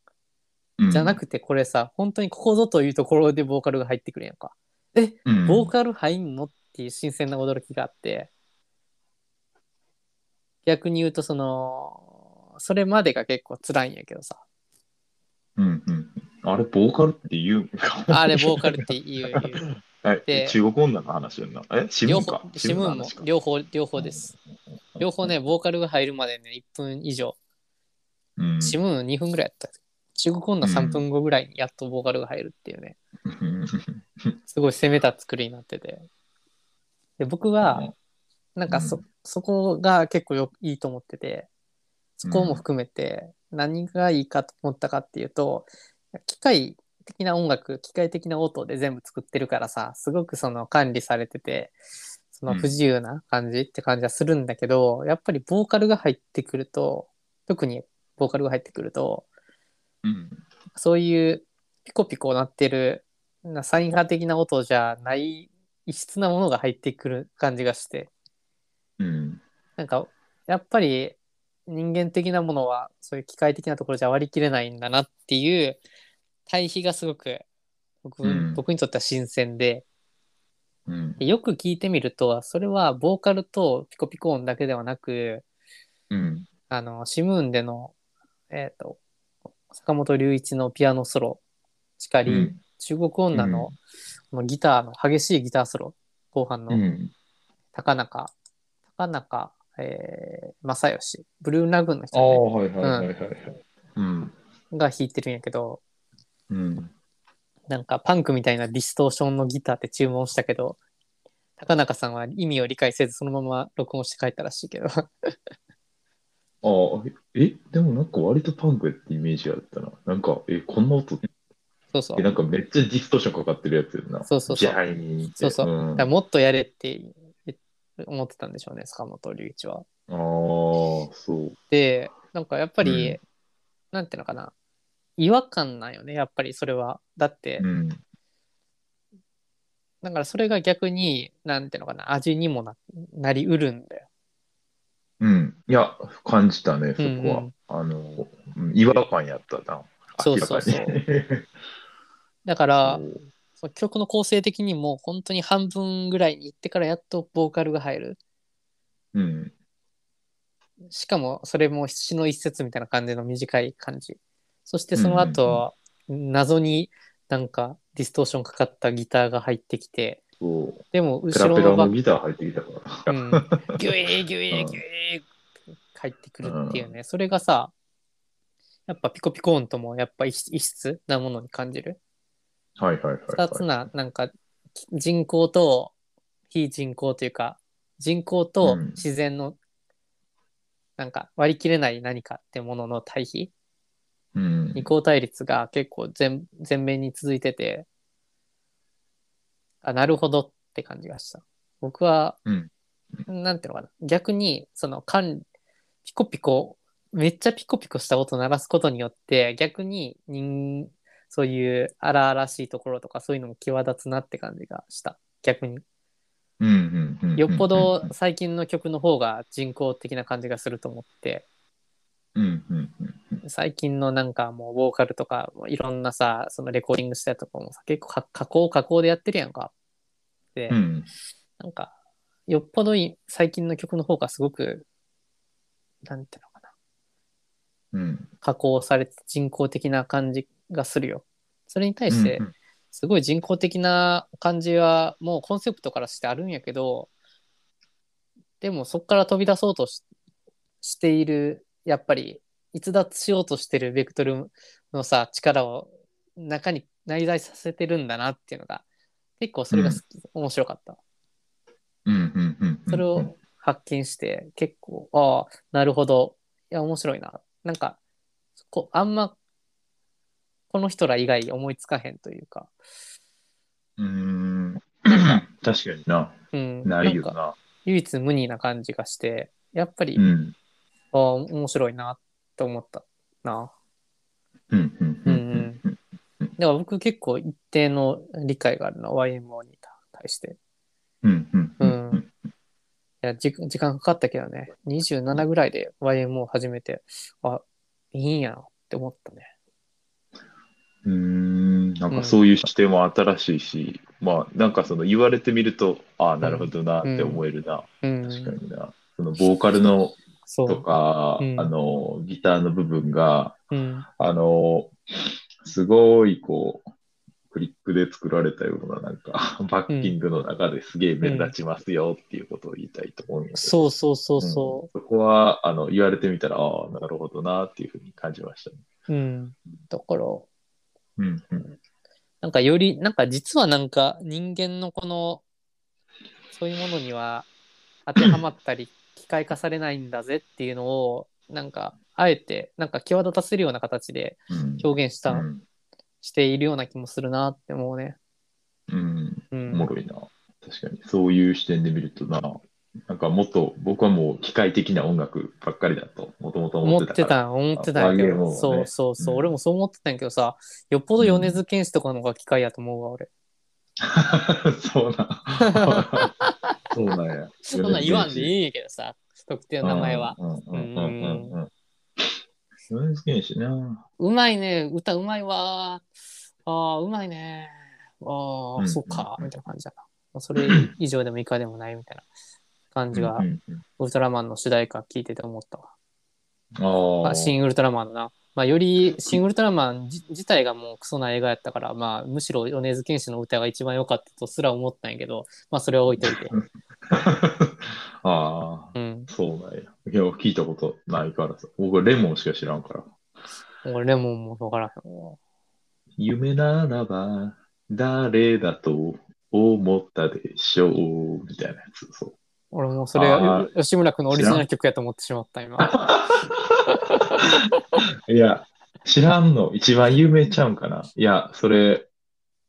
じゃなくてこれさ本当にここぞというところでボーカルが入ってくるやんかえうん、ボーカル入んのっていう新鮮な驚きがあって逆に言うとそのそれまでが結構辛いんやけどさうんうん。あれ、ボーカルって言うんか。あれボーカルっていういう はいで中国女の話やんな。え、シム両ーン方か。シムーンのも話か両方両方です。両方ねボーカルが入るまでね1分以上うん、シムムーン2分ぐらいやった中国女3分後ぐらいにやっとボーカルが入るっていうねすごい攻めた作りになっててで僕はなんかそ,、うんそこが結構よいいと思っててそこも含めて何がいいかと思ったかっていうと機械的な音楽機械的な音で全部作ってるからさすごくその管理されててその不自由な感じって感じはするんだけど、やっぱりボーカルが入ってくると特にボーカルが入ってくるとうん。そういうピコピコ鳴ってるなサイン派的な音じゃない異質なものが入ってくる感じがしてうん。なんかやっぱり人間的なものはそういう機械的なところじゃ割り切れないんだなっていう対比がすごく僕,、うん僕にとっては新鮮でうん。でよく聞いてみるとそれはボーカルとピコピコ音だけではなくうん。あのシムーンでの、えー、と坂本龍一のピアノソロしかり、中国女の,、このギターの激しいギターソロ後半の、うん。高中高中、えー、正義ブルーラグーンの人あね、あ、はいはいはいはいはい。うん。が弾いてるんやけどうん。なんかパンクみたいなディストーションのギターって注文したけど高中さんは意味を理解せずそのまま録音して帰ったらしいけど ああ、え、でもなんか割とパンクやってイメージやったな。なんか、え、こんな音って、そうそうえだなんかめっちゃディストーションかかってるやつやんな。そうそうそうジャイニーってそうそうんからもっとやれって思ってたんでしょうね坂本龍一は。ああ、そう。でなんかやっぱり、うんなんていうのかな違和感なんよねやっぱりそれは。だって、うん。だからそれが逆になんていうのかな味にもななりうるんだよ。うん。いや、感じたね、そこは。うんあの、うん違和感やったな。そうそうそう明らかにだからそうその曲の構成的にも本当に半分ぐらいに行ってからやっとボーカルが入る。 うん。しかもそれも詩の一節みたいな感じの短い感じそしてその後、謎になんかディストーションかかったギターが入ってきてそう。でも、ペ後ラろペラのバのッギター入ってきたから。うん、ギュイギュイギュイ帰ってくるっていうね、それがさやっぱピコピコ音ともやっぱ異異質なものに感じるはいはいはい、はい。二つななんかき人工と非人工というか人工とうん自然のなんか割り切れない何かってものの対比うん二。項対立が結構全全面に続いててあなるほどって感じがした僕は、うんなんていうのかな逆にその管ピコピコめっちゃピコピコした音鳴らすことによって逆に人そういう荒々しいところとかそういうのも際立つなって感じがした逆にうんうんうんうんよっぽど最近の曲の方が人工的な感じがすると思ってうんうんうん最近のなんかもうボーカルとかいろんなさそのレコーディングしたやつとかもさ結構か加工加工でやってるやんかで、うんなんかよっぽどい最近の曲の方がすごくなんていうのかなうん加工されて人工的な感じがするよそれに対してうんすごい人工的な感じはもうコンセプトからしてあるんやけどでもそこから飛び出そうとししているやっぱり逸脱しようとしてるベクトルのさ力を中に内在させてるんだなっていうのが結構それが好き、面白かったうんうんうんうんそれを発見して結構ああなるほどいや面白いななんかこあんまこの人ら以外思いつかへんというか、うーん確かにな。うん、ないよんかな。唯一無二な感じがしてやっぱり、うん。ああ面白いなと思ったなうんうんううんんうだん。から僕結構一定の理解があるな YMO に対してうんうんううんんいやじ時間かかったけどね27ぐらいで YMO を始めてあいいんやなって思ったねうーんなんかそういう視点も新しいし、まあなんかその言われてみると、ああ、なるほどなって思えるな。うん確かにな。そのボーカルのそとうか、うんあの、ギターの部分が、うんあの、すごいこう、クリックで作られたような、なんか、バッキングの中ですげえ目立ちますよっていうことを言いたいと思うんやけどそうそうそうそうんそこは、あの、言われてみたら、ああ、なるほどなっていうふうに感じましたね。う。うん。だから、うん、うん。なんかより、なんか実はなんか人間のこの、そういうものには当てはまったり、機械化されないんだぜっていうのを、なんか、あえて、なんか際立たせるような形でうん表現した、うんしているような気もするなって思うね。うん、うおん。もろいな。確かに、そういう視点で見るとな、なんかもっと、僕はもう機械的な音楽ばっかりだと、もともと思思っっててたから。た、思ってたんやけど、 YMO ねそうそうそう、うん俺もそう思ってたんやけどさ、よっぽど米津玄師とかの方が機械やと思うわ、俺。 そ うなん。そうなんや。そんなん言わんでいいんやけどさ、特定の名前は。うんうんうんうんうんうん。米津玄師な。うまいね、歌うまいわー。ああ、うまいね。あうあ、んそっか、うんみたいな感じだな。まあそれ以上でも以下でもないみたいな感じがう、んうんウルトラマンの主題歌聞いてて思ったわ。うんあまあ。あ、シン・ウルトラマンのな。まあ、より、シン・ウルトラマンじ自体がもうクソな映画やったから、まあ、むしろ米津玄師の歌が一番良かったとすら思ったんやけど、まあ、それは置いといて。 ああ、うん。そうなんや。いや、聞いたことないからさ。僕はレモンしか知らんから。俺、レモンもわからへんわ。夢ならば、誰だと思ったでしょうみたいなやつ。そう。俺もそれあが吉村君のオリジナル曲やと思ってしまった、 今。いや、知らんの。一番有名ちゃうんかな。いや、それ、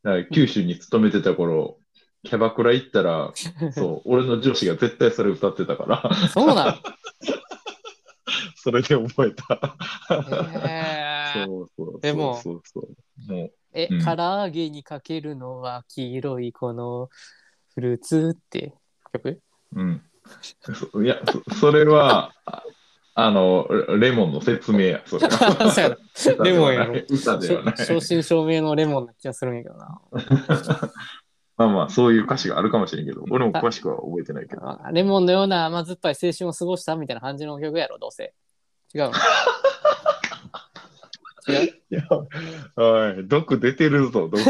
だから九州に勤めてた頃、キャバクラ行ったら、そう、 俺の上司が絶対それ歌ってたから、 そうなのそれで覚えた。えーそうそうそう。でもそうそう。もう、え、うん唐揚げにかけるのは黄色いこのフルーツって曲うん。そいや、そそれは、ああの、レレモンの説明や、それはそうやな歌 ではなレモンやいろ歌ではない。しょ正真正銘のレモンな気がするんやけどな。まあまあ、そういう歌詞があるかもしれんけど、俺も詳しくは覚えてないけど。あレモンのような甘酸っぱい青春を過ごしたみたいな感じの曲やろ、どうせ。違うの 違ういや、はい、毒出てるぞ、毒。 で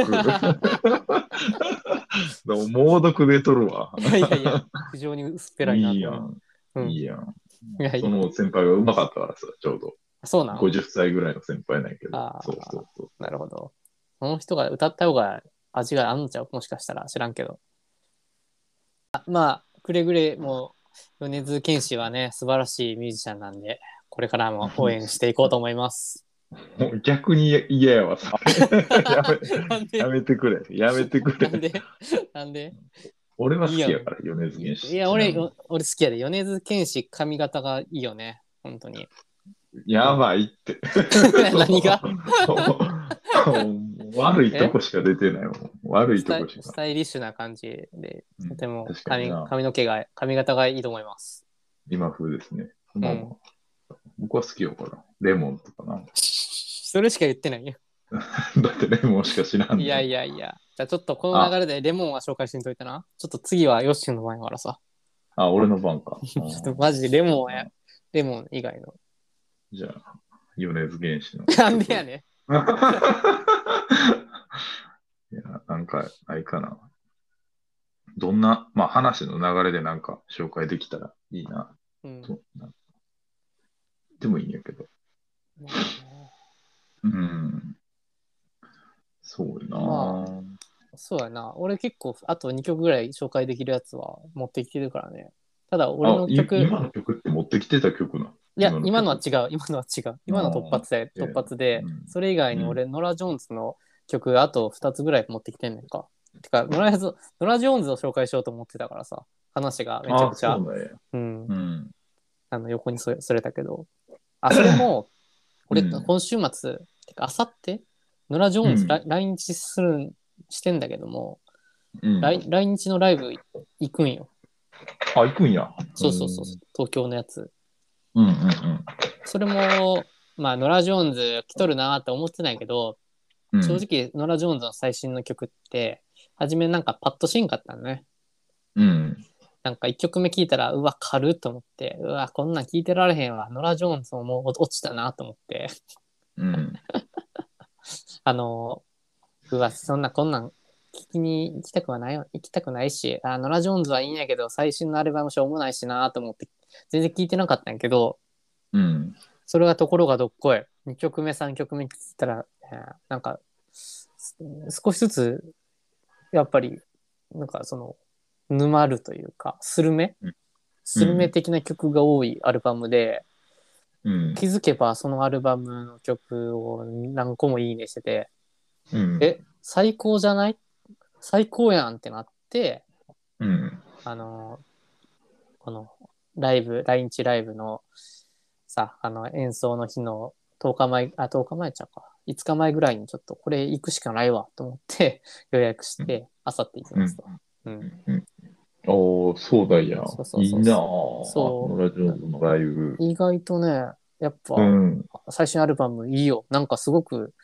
も猛毒出とるわ。いやいやいや、非常に薄っぺらいなといいやん、うんいいやん。いやいそやの先輩がうまかったからさ、ちょうど。そうなの50歳ぐらいの先輩なんやけどあ。ーそうそうそう。なるほど。その人が歌った方が味があんのちゃうもしかしたら知らんけど。あまあ、くれぐれも米津玄師はね、素晴らしいミュージシャンなんで、これからも応援していこうと思います。もう逆に嫌やわ、 さ。やなんめでやめてくれ、やめてくなんれ。でなんで俺は好きやから、米津玄師。いや、俺、ちなみによ俺好きやで。米津玄師、髪型がいいよね。本 当に。やばいって。 何 が悪いとこしか出てないもん。悪いスタとイこしスか。タイリッシュな感じで、うんとても確か髪にな髪の毛が、髪型がいいと思います。 今風ですね。まあまあ僕は好きよから。レモンとかな。それしか言ってないよ。だってレモンしか知らんねんいやいやいや。じゃあちょっとこの流れでレモンは紹介してみといたな。ちょっと次はヨッシーの前からさ。あ、俺の番か。 ちょっとマジでレモンはや、レモン以外の。じゃあ、米津玄 師の。なんでやねいや、なんか、ないかな。どんな、まあ話の流れでなんか紹介できたらいいな。ん。うん。となんかでもいいんやけど。うん。そうやな、まそうやな。俺結構あと2曲ぐらい紹介できるやつは持ってきてるからね。ただ俺あのい曲、い今の曲って持ってきてた曲な。や今の、曲今のは違う。今のは違う。今のは突発で、あー突発でう、んそれ以外に俺、ノラ・ジョーンズの曲あと2つぐらい持ってきてんねんか。てか、ノラ・ジョノラジョーンズを紹介しようと思ってたからさ。話がめちゃあ、くちゃそ。うなんや。うんう。ん。あの横にそれそれたけど。あ、それ も、俺、うん今週末、てか、あさって、ノラ・ジョーンズ、うんら来日するん、してんだけども、うん、来来日のライブ行くんよ。あ、行くんや。そうそうそう、東京のやつ。うん。うんうんうんそれも、まあ、ノラ・ジョーンズ来とるなーって思ってないけど、うん。正直、ノラ・ジョーンズの最新の曲って、初めなんかパッとしんかったのね。うん。なんか1曲目聴いたら、うわ、軽っと思って、うわ、こんなん聴いてられへんわ、ノラ・ジョーンズももう落ちたなと思って。うん。あの、うわ、そんなこんなん聞きに行きたくはないよ、行きたくないし、あノラ・ジョーンズはいいんやけど、最新のアルバムしょうもないしなと思って、全然聞いてなかったんやけど、うん。それがところがどっこい。2曲目、3曲目聞いたら、えーなんか、す少しずつ、やっぱり、なんかその、沼るというか、スルメうんスルメ的な曲が多いアルバムで、うん。気づけばそのアルバムの曲を何個もいいねしてて、うんえ最高じゃない最高やんってなってうん。あのこのライブ来日ライブのさあの演奏の日の10日前あ10日前ちゃうか5日前ぐらいにちょっとこれ行くしかないわと思って 予約してあさって行きますと、うんおー、そうだやそうそう。そういいなぁ。そうノラ・ジョーンズのライブ。意外とねやっぱ、うん。最新アルバムいいよなんかすごく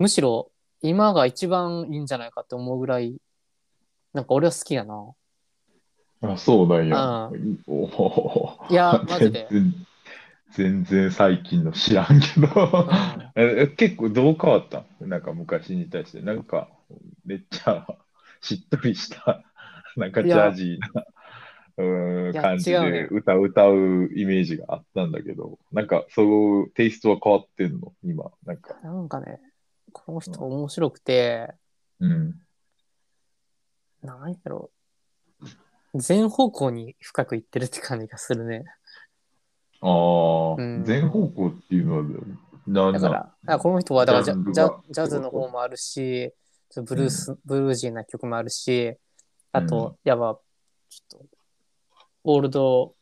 むしろ今が一番いいんじゃないかって思うぐらいなんか俺は好きやなあ、そうだやう。おーい やマジで全然全然最近の知らん けどん。え結構どう変わったんなんか昔に対して。なんか、めっちゃしっとりした、 なんかいジやャージーな。ういーんや感じ違うでね歌歌うイメージがあったんだけど、なんかそうテイストは変わってんの今、なんか。なんかね、この人面白くて、うん。なんやろ、全方向に深くいってるって感じがするね。ああ、うん全方向っていうのは、なだんなんから、あこの人はだからジャジジャンルャがジャズの方もあるし、ちょっとブルース、ブルージーな曲もあるし、あと、やば、ちょっと、オールド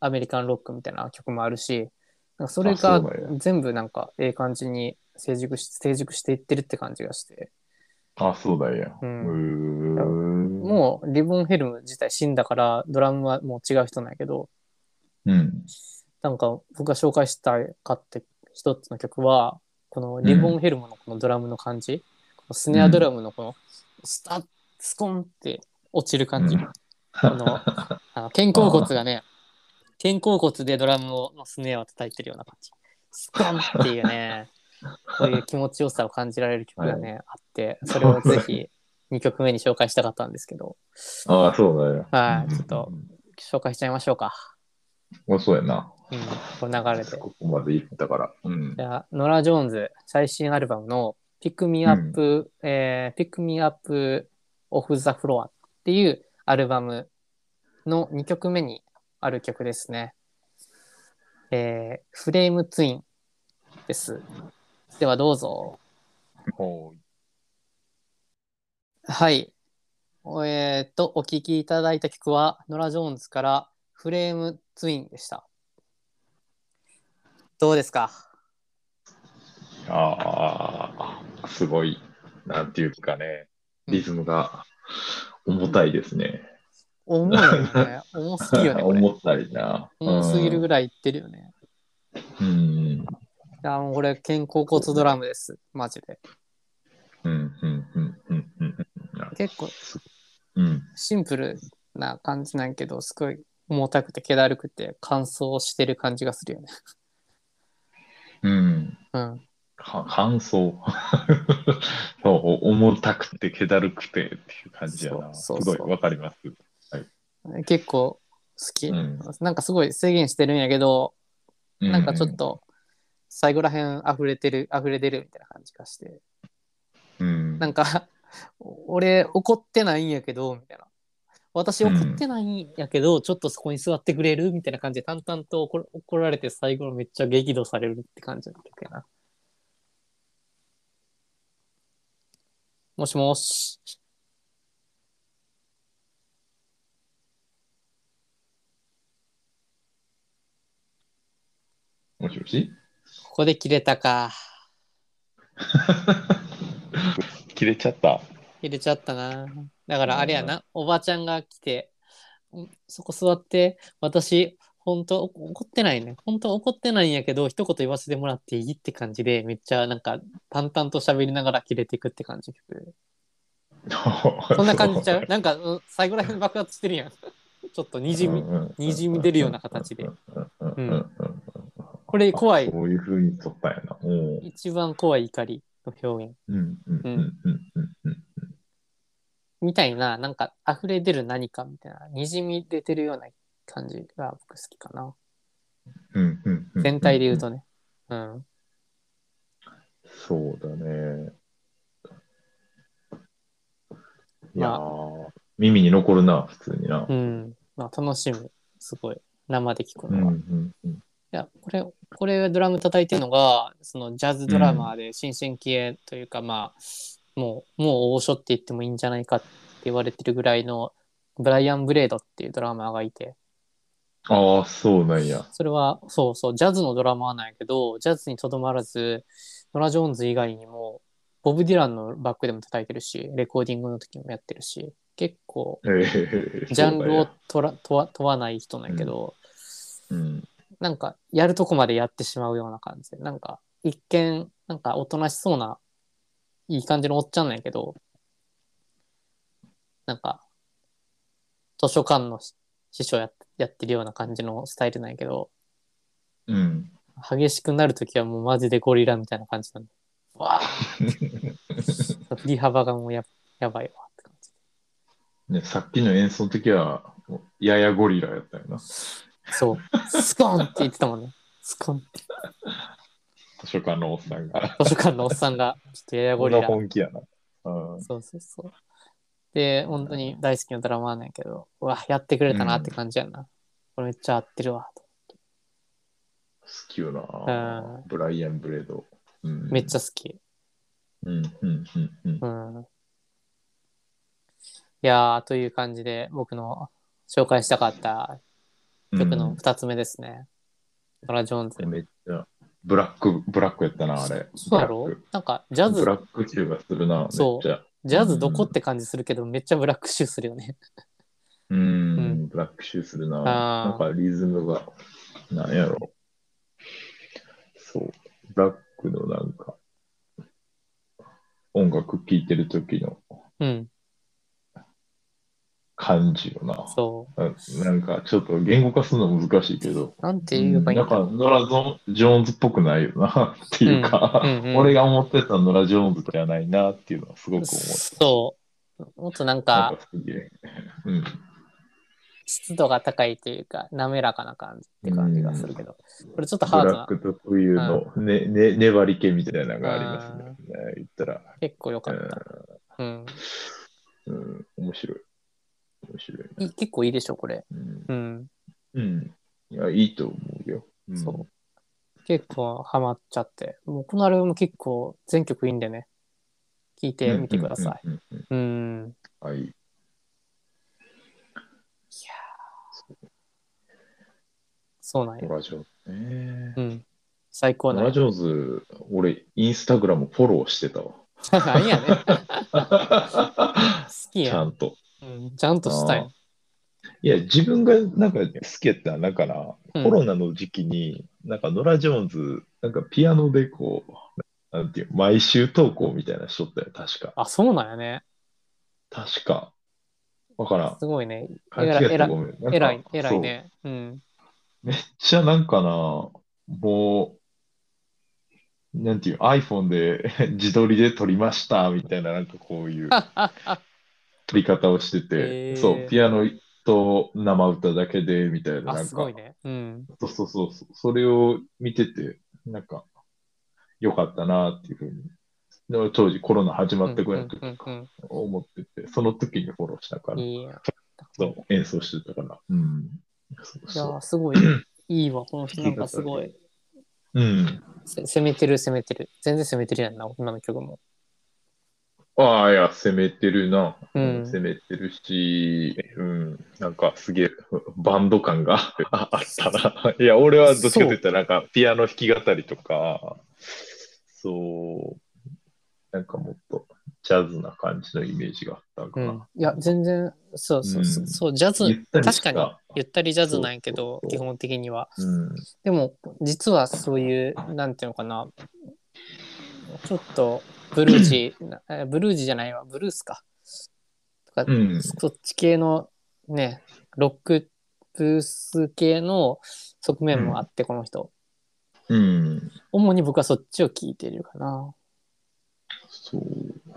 アメリカンロックみたいな曲もあるし、なんかそれあがそうなんや全部なんか、ええ感じに成熟し、成熟していってるって感じがして、あ、そうだよ。ううんん。ももうリボンヘルム自体死んだから、ドラムはもう違う人なんやけど、う、うん。なんか僕が紹介したかって一つの曲は、このリボンヘルムのこのドラムの感じ、このスネアドラムのこのスタッ、スコンって落ちる感じ、うんあのあの肩甲骨がね、肩甲骨でドラムをのスネアを叩いてるような感じ。スコンっていうね、そういう気持ちよさを感じられる曲がね、あって、それをぜひ2曲目に紹介したかったんですけど、ああ、そうだよ。はいうんちょっと。紹介しちゃいましょうか。もうそうやな。うん、この流れで。ここまで行ったから。うんじ。ゃあ、ノラ・ジョーンズ最新アルバムのピックミアップ、えー、ピックミアップオフ・ザ・フロアっていうアルバムの2曲目にある曲ですね。えー、フレーム・ツインです。ではどうぞ。ほうはい。えー、と、お聴きいただいた曲は、ノラ・ジョーンズからフレーム・ツインでした。どうですかああ、すごい。なんていうかね、リズムが重たいですね。重いよね。 重すぎよね、これ。重たいな。重すぎるぐらいいってるよね。うん。いや、もうこれ、肩甲骨ドラムです。マジで。うん。うん。うん。うん。うん。うん結構うん。シンプルな感じなんやけど、すごい重たくて、気だるくて、乾燥してる感じがするよね。うん。うん。か感想 そう。重たくて、気だるくてっていう感じやな。すそうそうそごういわかります。結構好き。うんなんかすごい制限してるんやけど、なんかちょっと、最後らへん溢れてる、溢れ出るみたいな感じがして。うん、うん。なんか、俺怒ってないんやけど、みたいな。私怒ってないんやけど、ちょっとそこに座ってくれるみたいな感じで淡々と怒怒られて最後めっちゃ激怒されるって感じだったっけな。もしもし。もしもしここで切れたか。切れちゃった。入れちゃったな。だからあれやな、おばちゃんが来て、んそこ座って、私、本当怒ってないね。本当怒ってないんやけど、一言言わせてもらっていいって感じで、めっちゃなんか淡々と喋りながら切れていくって感じ。そんな感じち ゃうなんか、うん最後らへん爆発してるやん。ちょっとにじみ。みにじみ出るような形で。うんうんうんうんこれ怖いそ。ういうふうに撮ったんやな。おー一番怖い怒りの表現。うんうんうんうんうんうんみたいな、なんか溢れ出る何かみたいな、にじみ出てるような感じが僕好きかな。うんうんうん全体で言うとね。うん。そうだね。いやー、耳に残るな、普通にな。うん。まあ、楽しみ。すごい。生で聞くうんうのが。いんうんや、これ、これドラム叩いてるのが、そのジャズドラマーで新進気鋭というか、まあ、もう、もう大所って言ってもいいんじゃないかって言われてるぐらいの、ブライアン・ブレードっていうドラマーがいて、ああ、そうなんや。それは、そうそう、ジャズのドラマーなんやけど、ジャズにとどまらず、ノラ・ジョーンズ以外にも、ボブ・ディランのバックでも叩いてるし、レコーディングの時もやってるし、結構、えージャンルをそとら問わ問わない人なんやけど、うなんやなんかやるとこまでやってしまうような感じで、なんか一見、なんかおとなしそうな、いい感じのおっちゃんなんやけど、なんか、図書館のし師匠ややってるような感じのスタイルなんやけど、うん。うん。激しくなるときはもうマジでゴリラみたいな感じなんで、わあ振り幅がもうややばいわって感じ。ね、さっきの演奏の時は、ややゴリラやったよな。そう、スコーンって言ってたもんね。スコーンって図書館のおっさんが。図書館のおっさんが、ちょっとややゴリラ。本気やな。うんそうそうそう。で、本当に大好きなドラマーなんやけど、うわ、やってくれたなって感じやな。これめっちゃ合ってるわ。好きよな、うブライアン・ブレード。うんめっちゃ。好き。うんうんうんうんう。ん。いやー、という感じで僕の紹介したかった曲の2つ目ですね。ドラ・ジョーンズうん。めっちゃ、ブラック、ブラックやったな、あれ。そうやろブラックなんかジャズブ、ラック中がするな、めっちそうゃ。ジャズどこって感じするけど、めっちゃブラックシューするよね。う、うんブラックシューするな。あーなんかリズムが、なんやろ。そう、ブラックのなんか、音楽聴いてる時の、うん。感じよな。そななんか、ちょっと言語化するの難しいけど、う。なんて言えばいいなんんだか、ろノラゾン・ジョーンズっぽくないよな、っていうか、う。うんうん俺が思ってたノラ・ジョーンズではないな、っていうのはすごく思った。そう。もっとなんなかん、かすげえ。うん。湿度が高いというか、滑らかな感じって感じがするけど、これちょっとハーブドラッな、クと冬の、ねね、粘り気みたいなのがありますね。ね言ったら、結構良かった。うん。うん、面白い。面白いね。い結構いいでしょ、これ。うんうん。うん。いや、いいと思うよ。うん、そう。結構ハマっちゃって。もうこのアルバム結構全曲いいんでね、聴いてみてください。い。うんうんうんうんはい。そうなんや。ノラジョーズねう。ん。最高なノんラやジ。ョーズ、俺、インスタグラムフォローしてたわ。 何やねん。好きちゃやん。んと。うん。ちゃんとしたやん。いや、自分がなんか好きやったら、なんかな、うんコロナの時期に、なんかノラ・ジョーンズ、なんかピアノでこう、なんていう、毎週投稿みたいなしとったよ、確か。あ、そうなんやね。確か。わからん。すごいね。勘違いやったえららごめん。なんか偉い、偉いね。うん。そうめっちゃなんかな、もう、なんていう、iPhone で 自撮りで撮りました、みたいな、なんかこう いう撮り方をしてへて、ーそう、ピアノと生歌だけで、みたいな、なあ、んすごかい、ね。うん。そうそうそうそう、それを見てて、なんか、良かったなっていうふうに。でも当時コロナ始まってくらいの時うんうん思ってて、その時にフォローしたかうんら、いいや。そう演奏してたから。うん。そういやそー、すご い。いいわ、この人なんかすごい。う。うん。せ攻めてる、攻めてる。全然攻めてるやんな、今の曲も。ああ、いや、攻めてるな。うん攻めてるし、うん。なんかすげえ、バンド感が ああったな。いや、俺はどっちかと言ったら、なんかピアノ弾き語りとか、そう、なんかもっとジャズな感じのイメージがあったうかんな。。いや、全然、そうそうそうう、んそうジャズゆった、り確したかに、ゆったりジャズなんやけそうどそ、う基本的には。うん。でも、実はそういう、なんていうのかな、ちょっとブルージ ーな、えブルージーじゃないわ、ブルースか。とか、うんそっち系のね、ロックブルース系の側面もあって、この人。うん。主に僕はそっちを聞いてるかな。そう、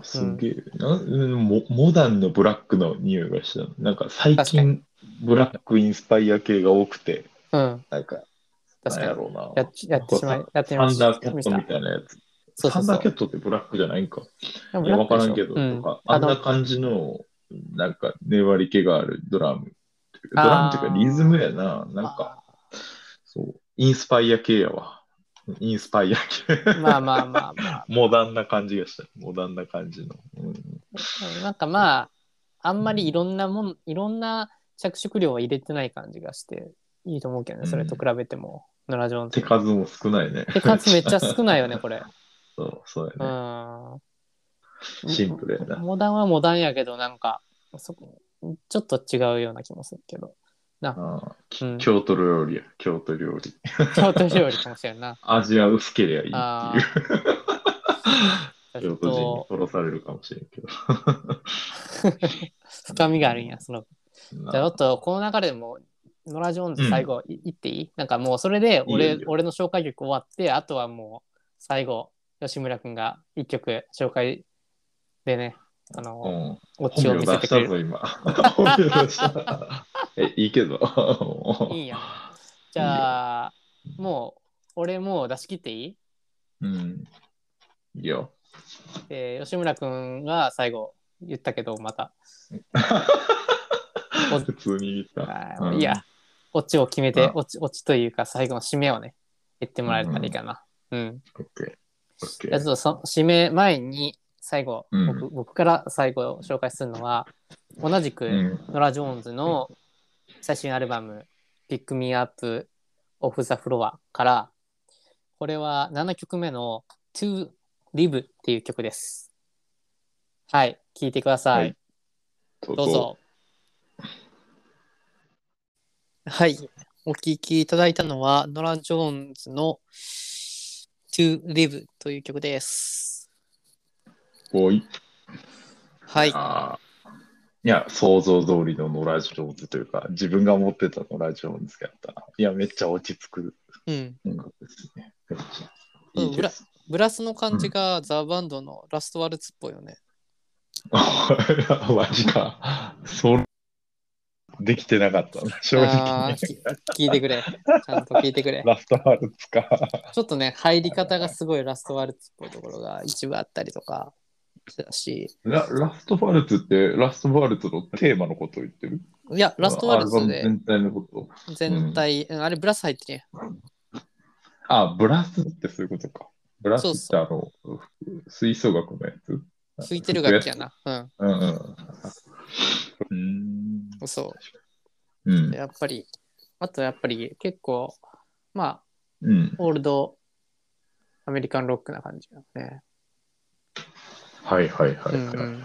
すげえ、なうんモ。モダンのブラックの匂いがした。なんか最確か近、ブラックインスパイア系が多くて、うん、なんか、確なんかやに。ろうな。やっちやってしまい、やってみサまンした。ダーキャットみたいなやつ。そうそサうンそダーキャう。ットってブラックじゃないんか。でもいや、わからんブラけックど、でしょうとか、ああんのな感じの、なんか、粘り気があるドラム。ドあーラムっていうか、リズムやな。なんか、あそう、インスパイア系やわ。インスパイア 系。ーまあまあまあまあ。モダンな感じがした。モダンな感じの。うんなんかまあ、あんまりいろんなもん、いろんな着色料は入れてない感じがして、いいと思うけどね、それと比べても、ノラ・ジョーンズ手。数も少ないね。手数めっちゃ少ないよね、これ。 そう、そううやね。ん。シンプルやな。モダンはモダンやけど、なんか、そこちょっと違うような気もするけど。あうーんき京都料理や、京都料理。京都料理かもしれんな。味は薄けりゃいいあっていちう。ょっ 京都人にと殺されるかもしれんけど。深みがあるんや、そのなじゃあちょっとこの中でもノラ・ジョーンズ最後いいっていい、なんかもうそれで俺いいよいいよ俺の紹介曲終わってあとはもう最後吉村君が一曲紹介でねあうの、ん、オチを本見名せてくれ出したるぞ、今。 本名出した。え、いいけど。 いいんやじゃあもう俺もう出し切っていい、うん。いいよ。えー吉村君が最後言ったけどまたお普通に言ったあ。ーいやオチを決めてオチオチというか最後の締めをね言ってもらえたらいいかなうんうん。オッケー。オッケじゃあちょっー。とそ締め前に最後、うん僕僕から最後紹介するのは同じうくん。ノラ・ジョーンズの最新アルバム「ピックミーアップオフ・ザ・フロア」からこれは7曲目の「To Live」っていう曲です。はい聴いてください。はいどどう。ぞ。はい。お聞きいただいたのは、ノラ・ジョーンズの To Live という曲です。おい。はい。あいや、想像通りのノラ・ジョーンズというか、自分が思ってたノラ・ジョーンズやったな。いや、めっちゃ落ち着くうん。音楽ですね。めっちゃうんいいです。 ブラスの感じがザ・バンドのラストワルツっぽいよね。マジか。そう、できてなかったな、あ正直ーね。ひ聞いてくれ。ちゃんと聞いてく れ。ラストハルツか。ちょっとね、入り方がすごいラストワルツっぽいところが一部あったりとかしたし、ララストファルツって、ラストファルツのテーマのことを言ってるいや、ラストワルツアでルバム全体のこと。全体、うんあれブラス入ってね。あ、ブラスってそういうことか。ブラスそうってそあの、吹奏楽のやつ吹いてる楽器やな。うんうんうん。うん、そうう。んで。やっぱり、あとやっぱり結構、まあ、うん。オールドアメリカンロックな感じだね。はいはいはういん、うはい。ん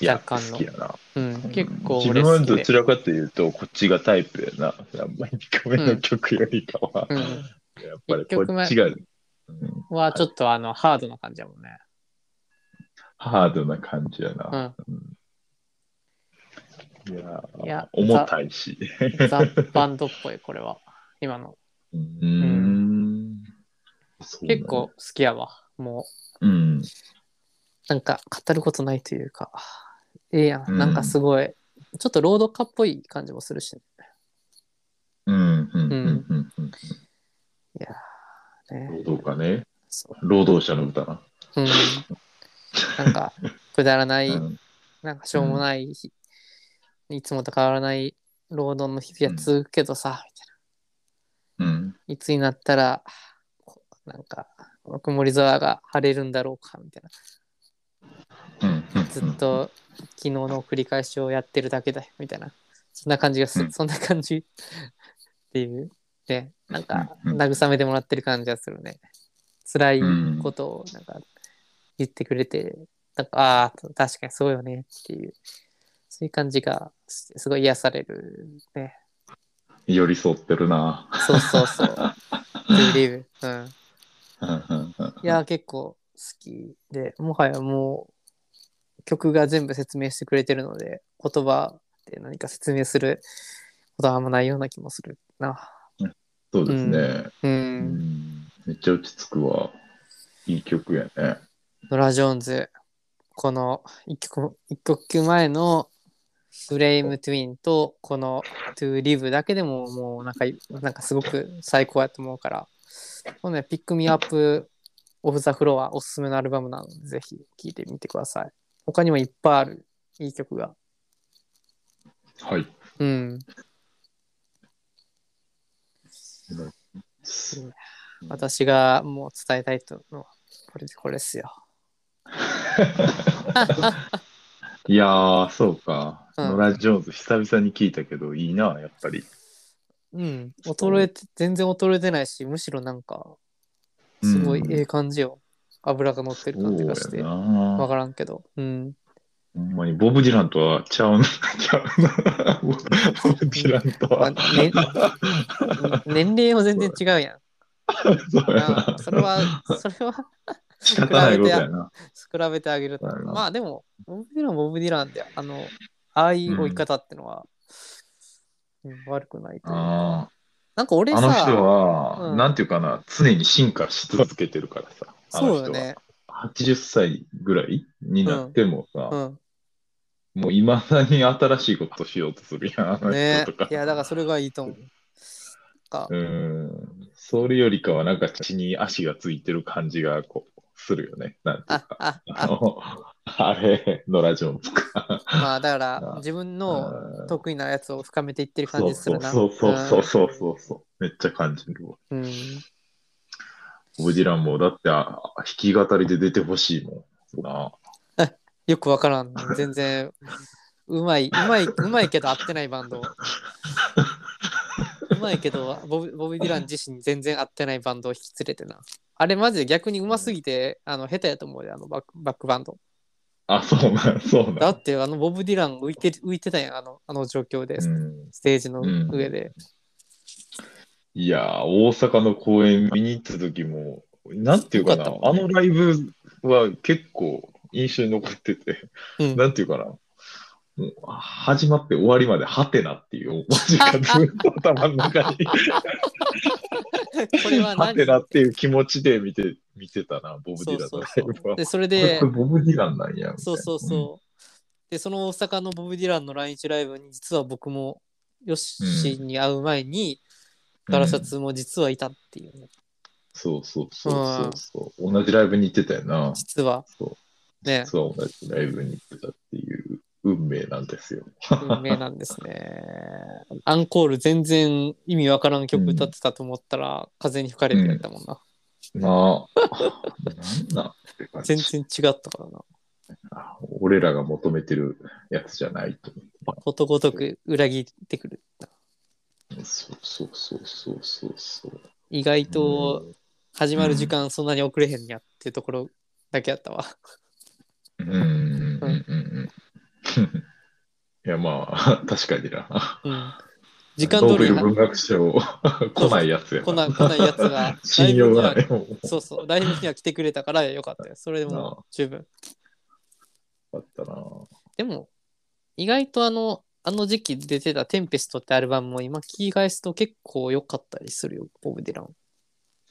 いや、若干の好きやな。うん。結構自俺分は好きどでち。らかというと、こっちがタイプやな。まり2個目の曲よりかは、うんやっぱりこっちが、うんはちょっとあの、ハードな感じだもんね。ハードな感じやうな。ん。いやーいや重たいし。ザ・バンドっぽい、これは。今の。うーん。そうなんだ結構好きやわ。もう、うん。なんか語ることないというか、ええやうんん。なんかすごい、ちょっとロード化っぽい感じもするし、うん。うん。うん。うん。いやーうね。ん。労働家ね。そ労働者の歌な。う。うん。なんか、くだらない、うんなんかしょうもない、いつもと変わらない労働の日々は続くけどさ、みたいな。うん。いつになったら、こうなんか、曇り空が晴れるんだろうかみたいな。うん。うんずっ。と昨日の繰り返しをやってるだけだよ、みたいな。そんな感じがす、うんそんな感じっていう。で、なんか、うんうん慰めてもらってる感じがするね。辛いことを、なんか、言ってくれて、なんか、ああ、確かにそうよねっていう。そういう感じがすすごい癒されるね。寄り添ってるな。そうそうそう。リリーブ。うん。うんうんうんいやー、結構好きで、もはやもう曲が全部説明してくれてるので、言葉で何か説明することはあんまないような気もするな。そうですね。う。うんん。めっちゃ落ち着くわ。いい曲やね。ノラ・ジョーンズ、この一曲一曲前のフレーム・トゥインとこのトゥ・リブだけでももうなんかなんかすごく最高やと思うから、このね、ピック・ミーアップ・オフ・ザ・フロアおすすめのアルバムなので、ぜひ聴いてみてください。他にもいっぱいある、いい曲が。はい。うん。私がもう伝えたいとのは、これ、これですよ。いやー、そううか。んノラ・ジョーンズ、久々に聞いたけど、いいな、やっぱり。うん。衰えて、全然衰えてないし、むしろなんか、すごいうんええ感じよ。脂が乗ってる感じがしそうてや。わな。からんけど。うん。ほんまに、ボブ・ディランとはちゃうな。 ちゃう な。ボブ・ディランとまあは。ね 年齢も全然違うやん。そうやななあ。それは、それは 仕方ないことやな。 比べてあげると。そうやなまあでも、ボブ・ディラン、ボブ・ディランで、あの、ああいう追い方ってのは、うん悪くないというか。あなんか俺ーあの人さ、は、うんなんていうかな、常に進化し続けてるからさ。あの そう人はよね。 80歳ぐらいになってもさ、うん。もういまだに新しいことしようとするやん、あのね人とか。いや、だからそれがいいと思う。なんか うんそれよりかはなんか血に足がついてる感じがこうするよね。なんていうあか。あああのあれ、ノラ・ジョーンズか。まあだ かあら自分のうん得意なやつを深めていってる感じするな。そうそうそうそうそうそうそう。めっちゃ感じるわ。うん。ボブディランもだってあ弾き語りで出てほしいもん。なよくわから ん。全然、うまい、うまい、うまいけど合ってないバンド。うまいけど、ボブボブ・ディラン自身に全然合ってないバンドを引き連れてな。あれマジで逆にうますぎて、あの、下手やと思うで、あのバック、バックバンド。あ、そうなん、そうだなん。って、あの、ボブ・ディラン浮いて、浮いてたやん、あの、あの状況で、うん、ステージの上で。いやー、大阪の公演見に行った時も、なんていうかな、よかったあもんねのライブは結構印象に残ってて、うん。なんていうかな、もう始まって終わりまでハテナっていう文 字がずっと頭の中にこれはハ何テナっていう気持ちで見て見てたな、ボブ・ディランそのうラそイうそうブは。で、それこれで これ、ボブ・ディランなんやみたいな。そうそうそう。で、その大阪のボブ・ディランの来日ライブに、実は僕もヨッシーに会う前に、うんガラシャツも実はいたっていう、ねそうそうそうそうそう、同じライブに行ってたよな。実はそね う、、そう同じライブに行ってたっていう運命なんですよ。運命なんですね。アンコール全然意味わからん曲歌ってたと思ったら、風に吹かれてやったもんな。なあ、なんなんって感全じ。然違ったからな。あ俺らが求めてるやつじゃないと思った。ことごとく裏切ってくる。そうそうそうそうそうそう。意外と始まる時間そんなに遅れへんやっていうところだけやったわ。うんうんうんうんうん。いやまあ、確かにな。 うん。時間ノ通ーベりルは文学賞 来ないやつや来ない来ないやつが 信用がない。そうそう、ライブには来てくれたからよかったよ。それでなも十分。あったな。でも、意外とあの、あの時期出てたテンペストってアルバムも今聞き返すと結構良かったりするよ、ボブ・ディラン。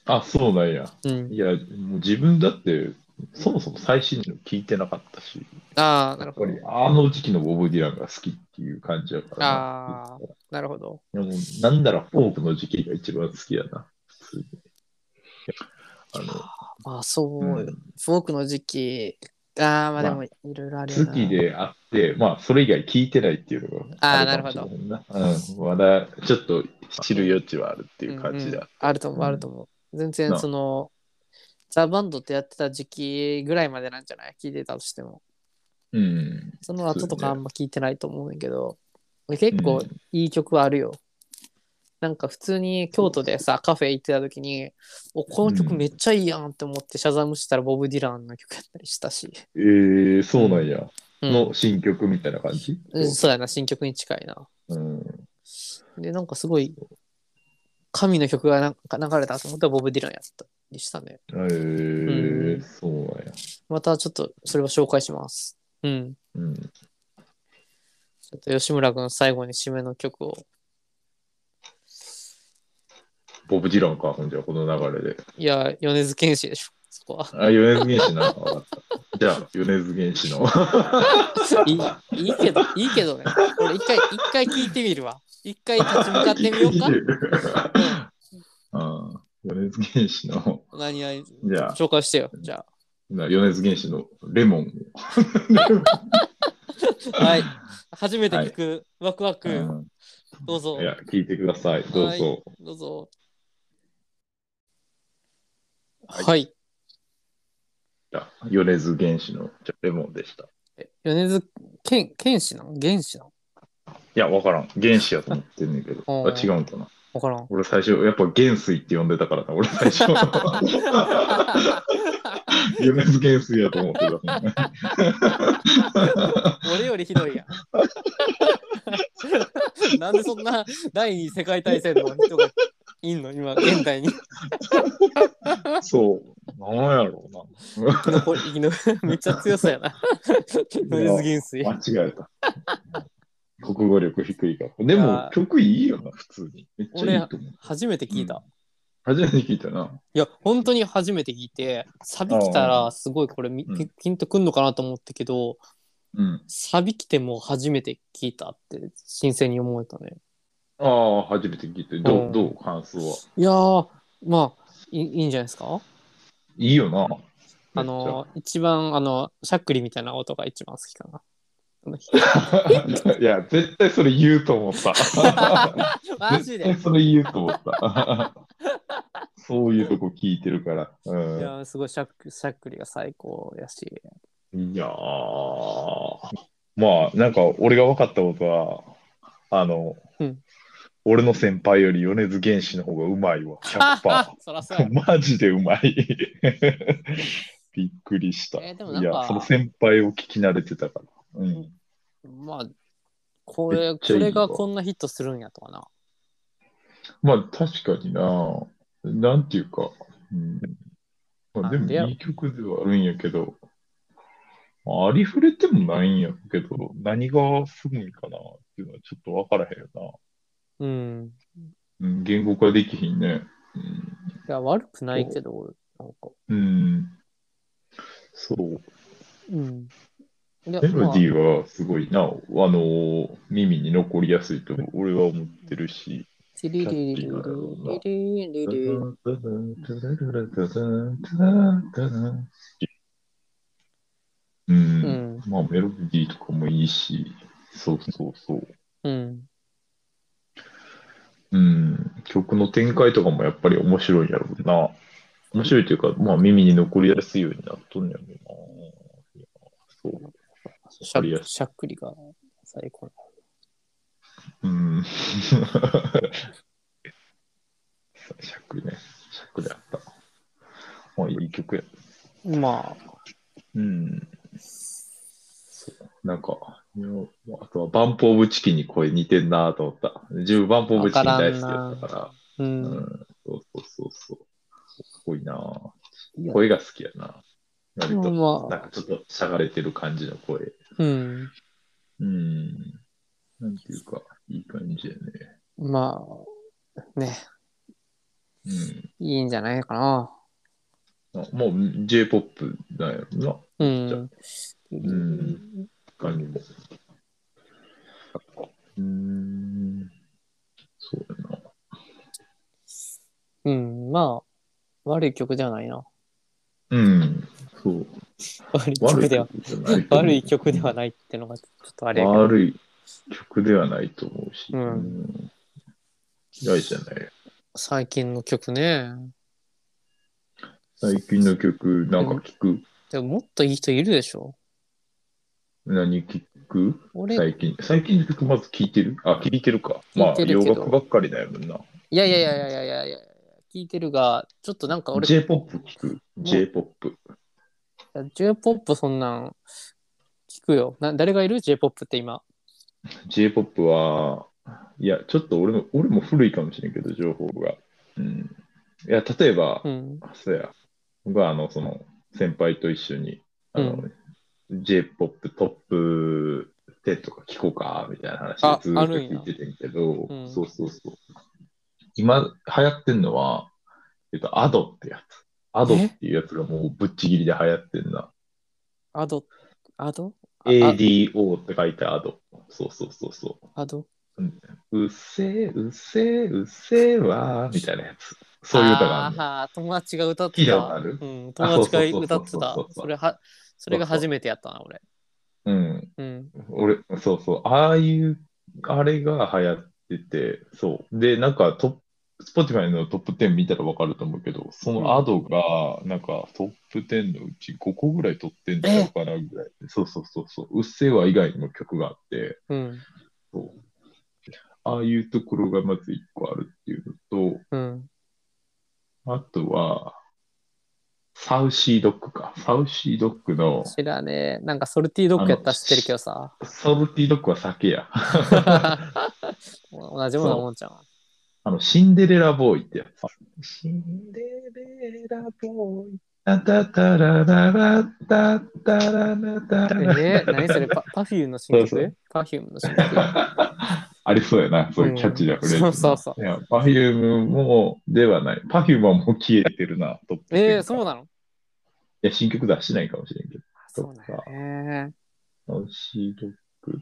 あ、そうなんや。うん。いや、もう自分だって、そもそも最新の聞いてなかったし、ああ、なやるっほぱどり。あの時期のボブ・ディランが好きっていう感じやからな。ああ、なるほど。いやもうなんならフォークの時期が一番好きやな。普通にあまあそうの、よ、うんフォークの時期、ああ、まあでまもいろいろあるよ好な。きであって、まあ、それ以外聞いてないっていうのがあーるかもしれんなうん、まだちょっと知る余地はあるっていう感じうんうだん。あると思う、あると思う。全然その、ザ・バンドってやってた時期ぐらいまでなんじゃない聞いてたとしても。うん。その後とかあそうねんま聞いてないと思うんだけど、結構いい曲はあるよ。なんか普通に京都でさ、カフェ行ってた時に、お、この曲めっちゃいいやんって思ってシャザムしたらボブ・ディランの曲やったりしたし。えー、そうなんや。うんの新曲みたいな感じ、うんそうやな、新曲に近いな。うん、で、なんかすごい、神の曲がなんか流れたと思ったらボブ・ディランやったりしたね。えーうんそうなんや。またちょっとそれを紹介します。うん。うんちょっと吉村君最後に締めの曲を。ボブ・ディランか、ほんじゃ、この流れで。いや、米津玄師でしょ、そこは。あ、米津玄師な。わかったじゃあ、米津玄師の。いいいけど、いいけどね。俺一回、一回聞いてみるわ。一回立ち向かってみよう か。うん米津玄師の、何々、じゃあ、紹介してよ。じゃな米津玄師のレモンを。あ。はい。初めて聞く、ワクワク。どうぞい、や、聞いてください。どうぞ。どうぞ。はいはい。じゃあ米津玄師のじゃあレモンでした。いえ米津玄玄師なの玄師なのや、わからん。玄師やと思ってんねんけど。うんあ違うんかな。わからん。俺最初、やっぱ元水って呼んでたからな、俺 最初。米津玄水やと思ってた。俺よりひどいやん。 なんでそんな第二次世界大戦の人がいんの今、現代にそう。なんやろうな。生き 残り生き残りめっちゃ強そうやな。米津玄水。間違えた。国語力低いから。でいもや曲いいよな、普通に。めっちゃいいと思う。初めて聞いた。うん初めて聞いたな。いや、本当に初めて聞いて、サビ来たらすごいこれみうんピピンとくんのかなと思ったけど、うん。サビ来ても初めて聞いたって新鮮に思えたね。ああ、初めて聞いて。どうう、んどう、感想は。いやー、まあいい、いいんじゃないですかいいよな。 あの、一番、あの、しゃっくりみたいな音が一番好き かな。めっちゃ、いや、絶対それ言うと思った。 マジで絶対それ言うと思った。 そういうとこ聞いてるから。ういん、いややーすごいしゃっくしゃっくりが最高やし。ー。まあ、なんか、俺が分かったことは、あの、うん俺の先輩より米津玄師の方がうまいわ。100%。そらそうや。 マジでうまい。 びっくりした。えーでもなんいかや、その先輩を聞き慣れてたから。うんまあ、こめれ、っこちゃいいわれがこんなヒットするんやとかな。まあ確かにな。なんていうか。うんまあ、でなんでやもろいい曲ではあるんやけど、ありふれてもないんやけど、何がすごいかなっていうのはちょっとわからへんようん。な。うん、言語化できひんね。いや、悪くないけど、なんか。うん。うん、そう。うん。いやメロディまーはすごいな、あのー耳に残りやすいと俺は思ってるし。あチリリリリリリリリリリう。うんん。まあメロディーとかもいいし、そうそうそう。うん。うん。曲の展開とかもやっぱり面白いんやろうな。面白いというか、まあ耳に残りやすいようになっとんやろうな。いやそう。しゃしゃっくりが最高。うん。しゃっくりね。しゃっくりあった。まあ、いい曲や。まあ、うん。そう。なんか、いやあとは、バンプオブチキンに声似てんなと思った。自分、バンプオブチキン大好きだったから。う。うんん。そうそうそうそう。かっこいいないや声が好きやな。割と、まなんあ、かちょっとしゃがれてる感じの声。うん。うん。なんていうか、いい感じやね。まあ、ね、うん。いいんじゃないかな。あもう J-POP だよな、うん。ん他にも。うーん、そうやな。うん。まあ、悪い曲じゃないな。うん、そう。悪い曲悪いでは、曲じゃないと思う悪い曲ではないってのがちょっとあれやけど。悪い曲ではないと思うし、うんん嫌いじゃない。最近の曲ね。最近の曲、なんか聞く、でももっといい人いるでしょ何聞く俺、い最近。最近の曲まず聞いてるあ、聞いてるか。まあ、聞いてる洋けど楽ばっかりだよな。やいやいやいやいやいや、聞いてるが、ちょっとなんか俺、 J-POP 聞く。J-POP。 J-POP そんなん聞くよ。な誰がいる ?J-POP って今。 J-POP は、いや、ちょっと俺も、俺も古いかもしれんけど、情報が。うん。いや、例えばう、ん。そうや、僕はあの、その、先輩と一緒に、あの、J-POP トップ10とか聞こうか、みたいな話あをずっとあるんや聞いててんけど、うんそうそうそう。今、流行ってんのは、えっと、アドってやつ。アドっていうやつがもうぶっちぎりで流行ってんな。アド、アドあ ADO って書いてアド。そうそうそうそう。アドうっせー、うっせー、うっせーわーみたいなやつ。そういう歌があるの。あー友達が歌って聞いたた。ことあるうん、友達が歌ってたあそうそうそうそうそう。それは、それが初めてやったな、俺。うん。うん。俺、そうそう。ああいう、あれが流行ってて、そう。で、なんかトップ、Spotify のトップ10見たらわかると思うけど、そのアドが、なんかトップ10のうち5個ぐらい取ってんじゃないかなぐらい。そうそうそうそう。うっせーわ以外にも曲があって、うん。そう。ああいうところがまず1個あるっていうのと、うん。あとは、サウシードッグか。サウシードッグの、知らねえ。なんかソルティドッグやったら知ってるけど さ。ソルティドッグは酒や。同じようなもんじゃん。あの、シンデレラボーイってやつ。シンデレラボーイ。タタタラララタタララタラえー、何それパパフュームの新そうそ曲パフュームの新曲ありそうやな、そういうキャッチーなフレーズ。うんそうそうそういや、パフュームも、ではない。パフュームはもう消えて るな、トップ10えー、そうなのいや、新曲出してないかもしれんけど。そうなんやね。サウシードッグ。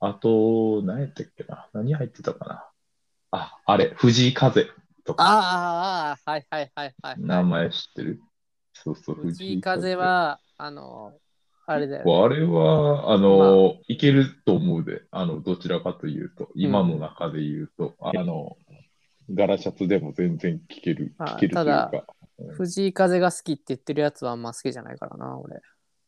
あと、何やったっけな何入ってたかなあ、あれ、藤井風とか。あーあー、あーはいはいはいはい。名前知ってるそうそう、藤井風。は、あの、あれだよね、あれは、あの、いけると思うで、あの、どちらかというと、今の中で言うと、あの、ガラシャツでも全然聞ける、あ聞けるというか。藤井風が好きって言ってるやつはあんま好きじゃないからな、俺。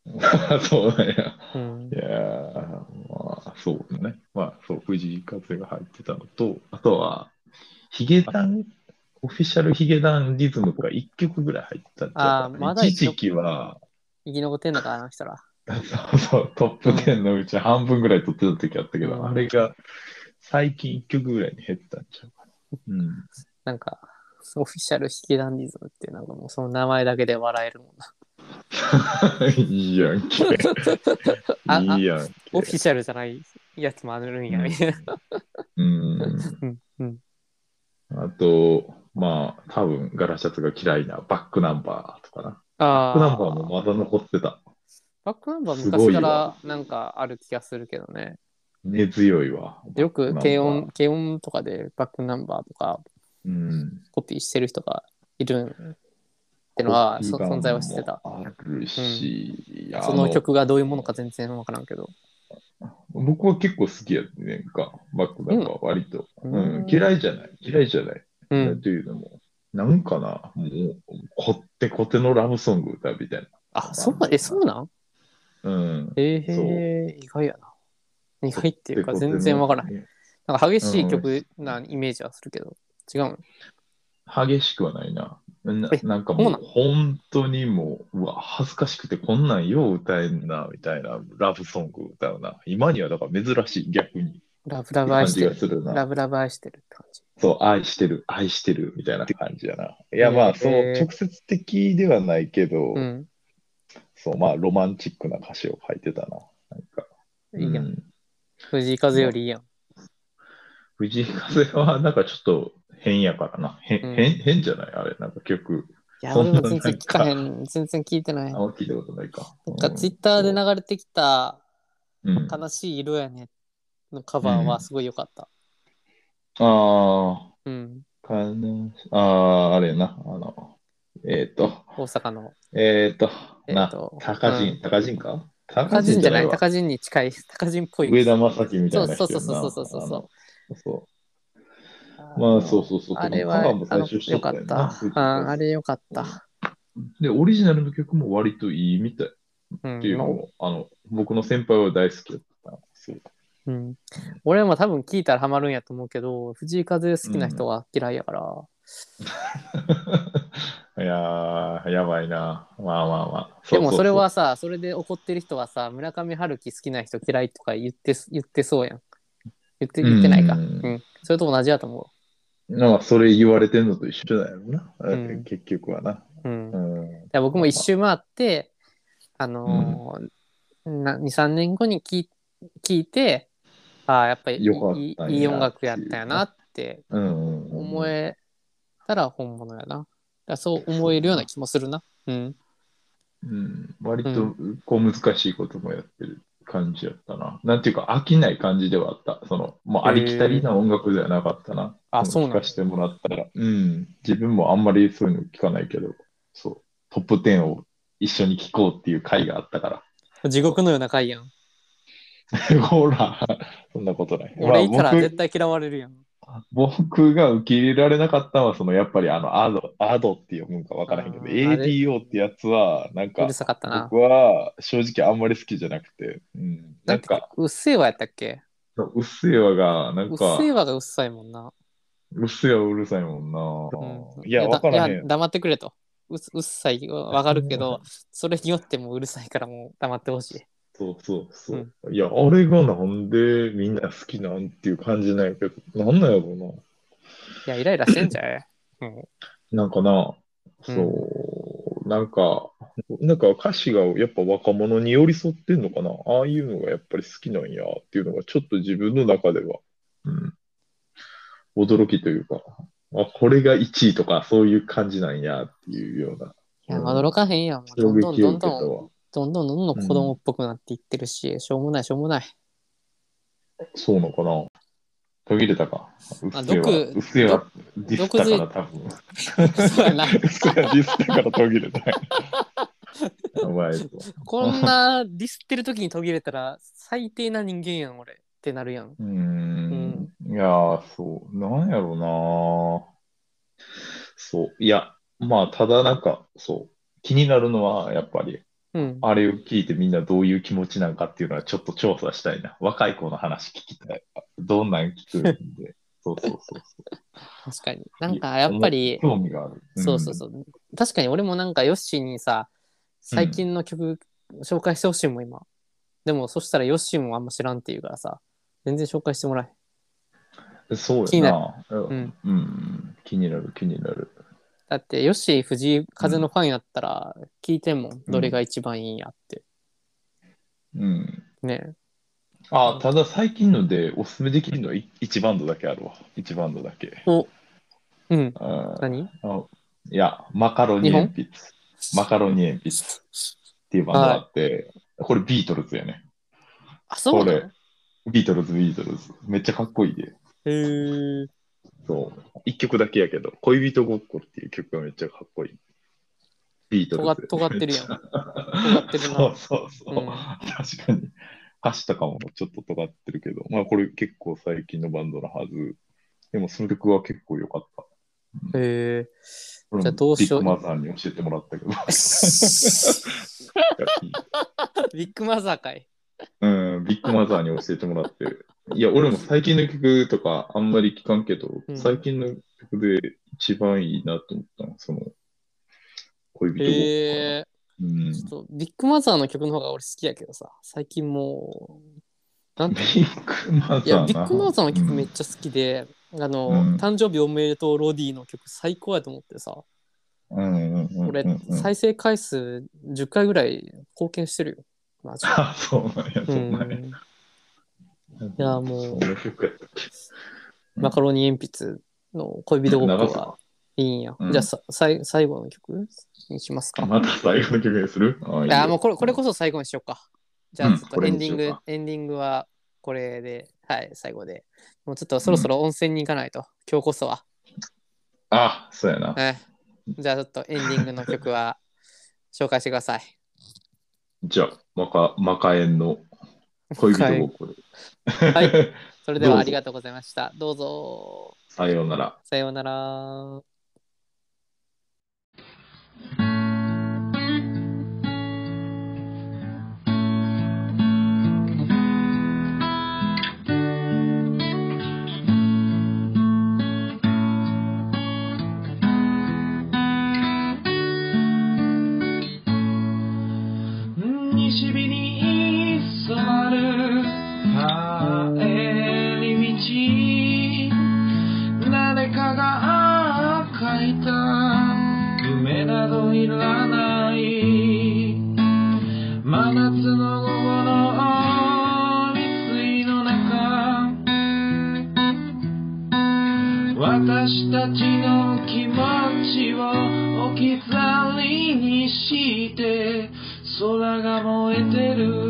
そうなんや。うんい。やーまあ、そうね。まあ、そう、藤井風が入ってたのと、あとは、ヒゲダン、オフィシャルヒゲダンリズムが1曲ぐらい入ってたんちゃうかあーなまだ一一曲時期は、生き残ってんのかな、あの人ら。そうそう、トップ10のうち半分ぐらい取ってた時あったけど、うんあれが最近1曲ぐらいに減ったんちゃうかな。うん。なんか、オフィシャルヒゲダンディズムって、なんかもうその名前だけで笑えるもんな。 いいやんけ。 ああいいやんけ。 オフィシャルじゃないやつもあるんや、みたいな。うん。うんうんあと、まあ、多分ガラシャツが嫌いなバックナンバーとかな。バッあクあ。ナンバーもまだ残ってた。バックナンバーすご昔かいわらなんかある気がするけどね。根強いわ。よくバックナ軽ンバー音、軽音とかでバックナンバーとかうん。コピーしてる人がいるんってのは、そ存在は知ってた。あるし、あその曲がどういうものか全然わからんけど。僕は結構好きやってねんか、バックナンバー割と。ううんん嫌いじゃない、嫌いじゃない。うん。というのも、なんかな、もう、こってこてのラブソング歌みたいあ、そう、え、そうなんな。うん。ええ意外やな。意外っていうかこってこての全然わからへん。なんか激しい曲うんなイメージはするけど、違うん。激しくはないな。なえなんかそうもなう本当にもう、うわ、恥ずかしくてこんなんよう歌えんな、みたいな、ラブソング歌うな。今にはだから珍しい、逆に。ラブラブ感愛しじてがる。するな。ラブラブ愛してるって感じ。そう、愛してる、愛してる、みたいな感じやな。いや、まえあ、ーそう、直接的ではないけど、うん。そう、まあ、ロマンチックな歌詞を書いてたな。なんか、いいや。うんん藤井風よりいいやん。藤井風は、なんかちょっと変やからな。変、うん変、変じゃないあれ、なんか曲。いや、そ俺んなも全然聞かへん。全然聞いてない。あなんんま聞いたことないか。かツイッターでな、流れてきたうん、あ悲しい色やねのカバーはすごい良かった。あうん。ー、かな、ああー、あれやな、あの、えっ、ー、と、大阪の。えっ、ー、と、えーな、と高う人、ん高人か高高人じゃないわ高人に近い。高人っぽい。上田正樹みたそいうなそ人うそうそうそうそ。やんなあのそうう。まあ、そうそうそう。あれこは、あのカバーも最の、初しよとかたっよた。なうん、あれよかった。で、オリジナルの曲も割といいみたいっうんていうのも、あの、僕の先輩は大好きだったんですよ。うん、俺も多分聞いたらハマるんやと思うけど藤井風好きな人は嫌いやから、 いやー、やばいな。まあまあまあ。でもうううそれは、さそれで怒ってる人はさ村上春樹好きな人嫌いとか言って言ってそうやん言って言ってないか、ううんんそれと同じやと思なんかそれ言われてんのと一緒だよな。うん結局はな。う、うんだうかん。ら僕も一周回ってあのーな23年後に聞い聞いてああやっぱりいよかったんいやいい音楽やったよなってうん、うん。思えたら本物やなだからそう思えるような気もするなうんうん、割とこう難しいこともやってる感じやったな。なんていうか飽きない感じではあった。そのもうありきたりな音楽ではなかったな。あそう聞なんかだせてもらったら、うん。自分もあんまりそういうの聞かないけど、そう。トップ10を一緒に聞こうっていう回があったか地獄のような回やん。ら。 ほら、そんなことない。俺いたらまあ絶対嫌われるやん。僕僕が受け入れられなかったのは、そのやっぱりあの、アド、アドって読むんかわからへんけど、あーあれ ADO ってやつは、なんうかる、さかったな僕。は正直あんまり好きじゃなくて、うん。ななんんかか、、うっせぇわやったっけうっせぇわが、なうんっせか、ぇわがうっさいもんな。うっせぇわうるさいもんな。うんいや、だわからいへやん。黙ってくれと。うっうっさいはわかるけど、それによってもううるさいからもう黙ってほしい。そうそうそう。いや、あれがなんでみんな好きなんっていう感じなんやけど、なんなんやろいや、イライラしてん じゃえ。もうな。なんかな、うんそう、なんか、なんか歌詞がやっぱ若者に寄り添ってんのかな。ああいうのがやっぱり好きなんやっていうのが、ちょっと自分の中では、うん、驚きというか、あ、これが1位とか、そういう感じなんやっていうような。ういや、うん驚かへんやん。もうどん衝どん撃どをん受けどたわ。ん、どんどんどんどん子供っぽくなっていってるし、しょうもないしょうもない。 そうなのかな途切れたか。うっせぇ毒わ。うっせぇわ。ディスったから多分。そうやな。うっせぇわディスったから途切れた。やばいぞ。こんなディスってる時に途切れたら最低な人間やん、俺。ってなるやん。うーん。いやー、そう。なんやろうなそう。いや、まあ、ただなんか、そう。気になるのは、やっぱり、うん。あれを聞いてみんなどういう気持ちなんかっていうのはちょっと調査したいな。若い子の話聞きたい。どんなん聞くんで。そうそうそうそう。確かに。なんか やっぱり、興味がある。そうそうそう。確かに俺もなんかヨッシーにさ、最近の曲紹介してほしいもん、今。でもそしたらヨッシーもあんま知らんって言うからさ、全然紹介してもらえん。そう気にやなな。うん、うん、気になる、気になる。だだって、ヨッシー、藤井風のファンやったら、聞いてんもん、どれが一番いいんやって。うん。ね。あ、ただ最近のでおすすめできるのは1バンドだけあるわ。1バンドだけ。お、うん、あー何あいや、マカロニ鉛筆。マカロニ鉛筆っていうバンドがあって、これビートルズやね。あ、そうなこのビートルズ、ビートルズ。めっちゃかっこいいで。へーそう。一曲だけやけど、恋人ごっこっていう曲がめっちゃかっこいい。ビートルズ。尖っ尖ってるやんめちゃ尖ってるなそうそうそう。うん確かに。歌詞とかもちょっと尖ってるけど、まあこれ結構最近のバンドのはず。でもその曲は結構良かった。へこれもじゃあどうしようビッグマザーに教えてもらったけど。 ー ビッグマザーかい。うん、ビッグマザーに教えてもらって。いや、俺も最近の曲とかあんまり聞かんけど、うん最近の曲で一番いいなと思ったの、その、恋人ごっこかなへえ。うん。ちょっと、ビッグマザーの曲の方が俺好きやけどさ、最近もう、なんビッグマザーな。いや、ビッグマザーの曲めっちゃ好きで、あの、うん誕生日おめでとうロディの曲最高やと思ってさ、うんうんうんうんうん。俺、再生回数10回ぐらい貢献してるよ。マ ジで。あ、そうなんや、うそうなんや。ん、やもうそんな曲やったっけマカロニ鉛筆の恋人ごっこがいいんや。うんじゃあささい最後の曲にしますか。また最後の曲にするあいいいよやもうこれこれこそ最後にしようか。じゃうあんちょっことエれンにデしィよンうグ、かエンディングはこれで、はい、最後で。もうちょっとそろそろ温泉に行かないと、今日こそは。あ、そうやな。ね、じゃあちょっとエンディングの曲は紹介してください。じゃあ、マカ、マカエンの恋人ごっこで。はいそれではどうぞありがとうございました。どうぞ。 さようなら。さようなら。西日に染まる帰り道誰かが書いた夢などいらない真夏の午後の水の中私たちの気持ちを置き去りにして空が燃えてる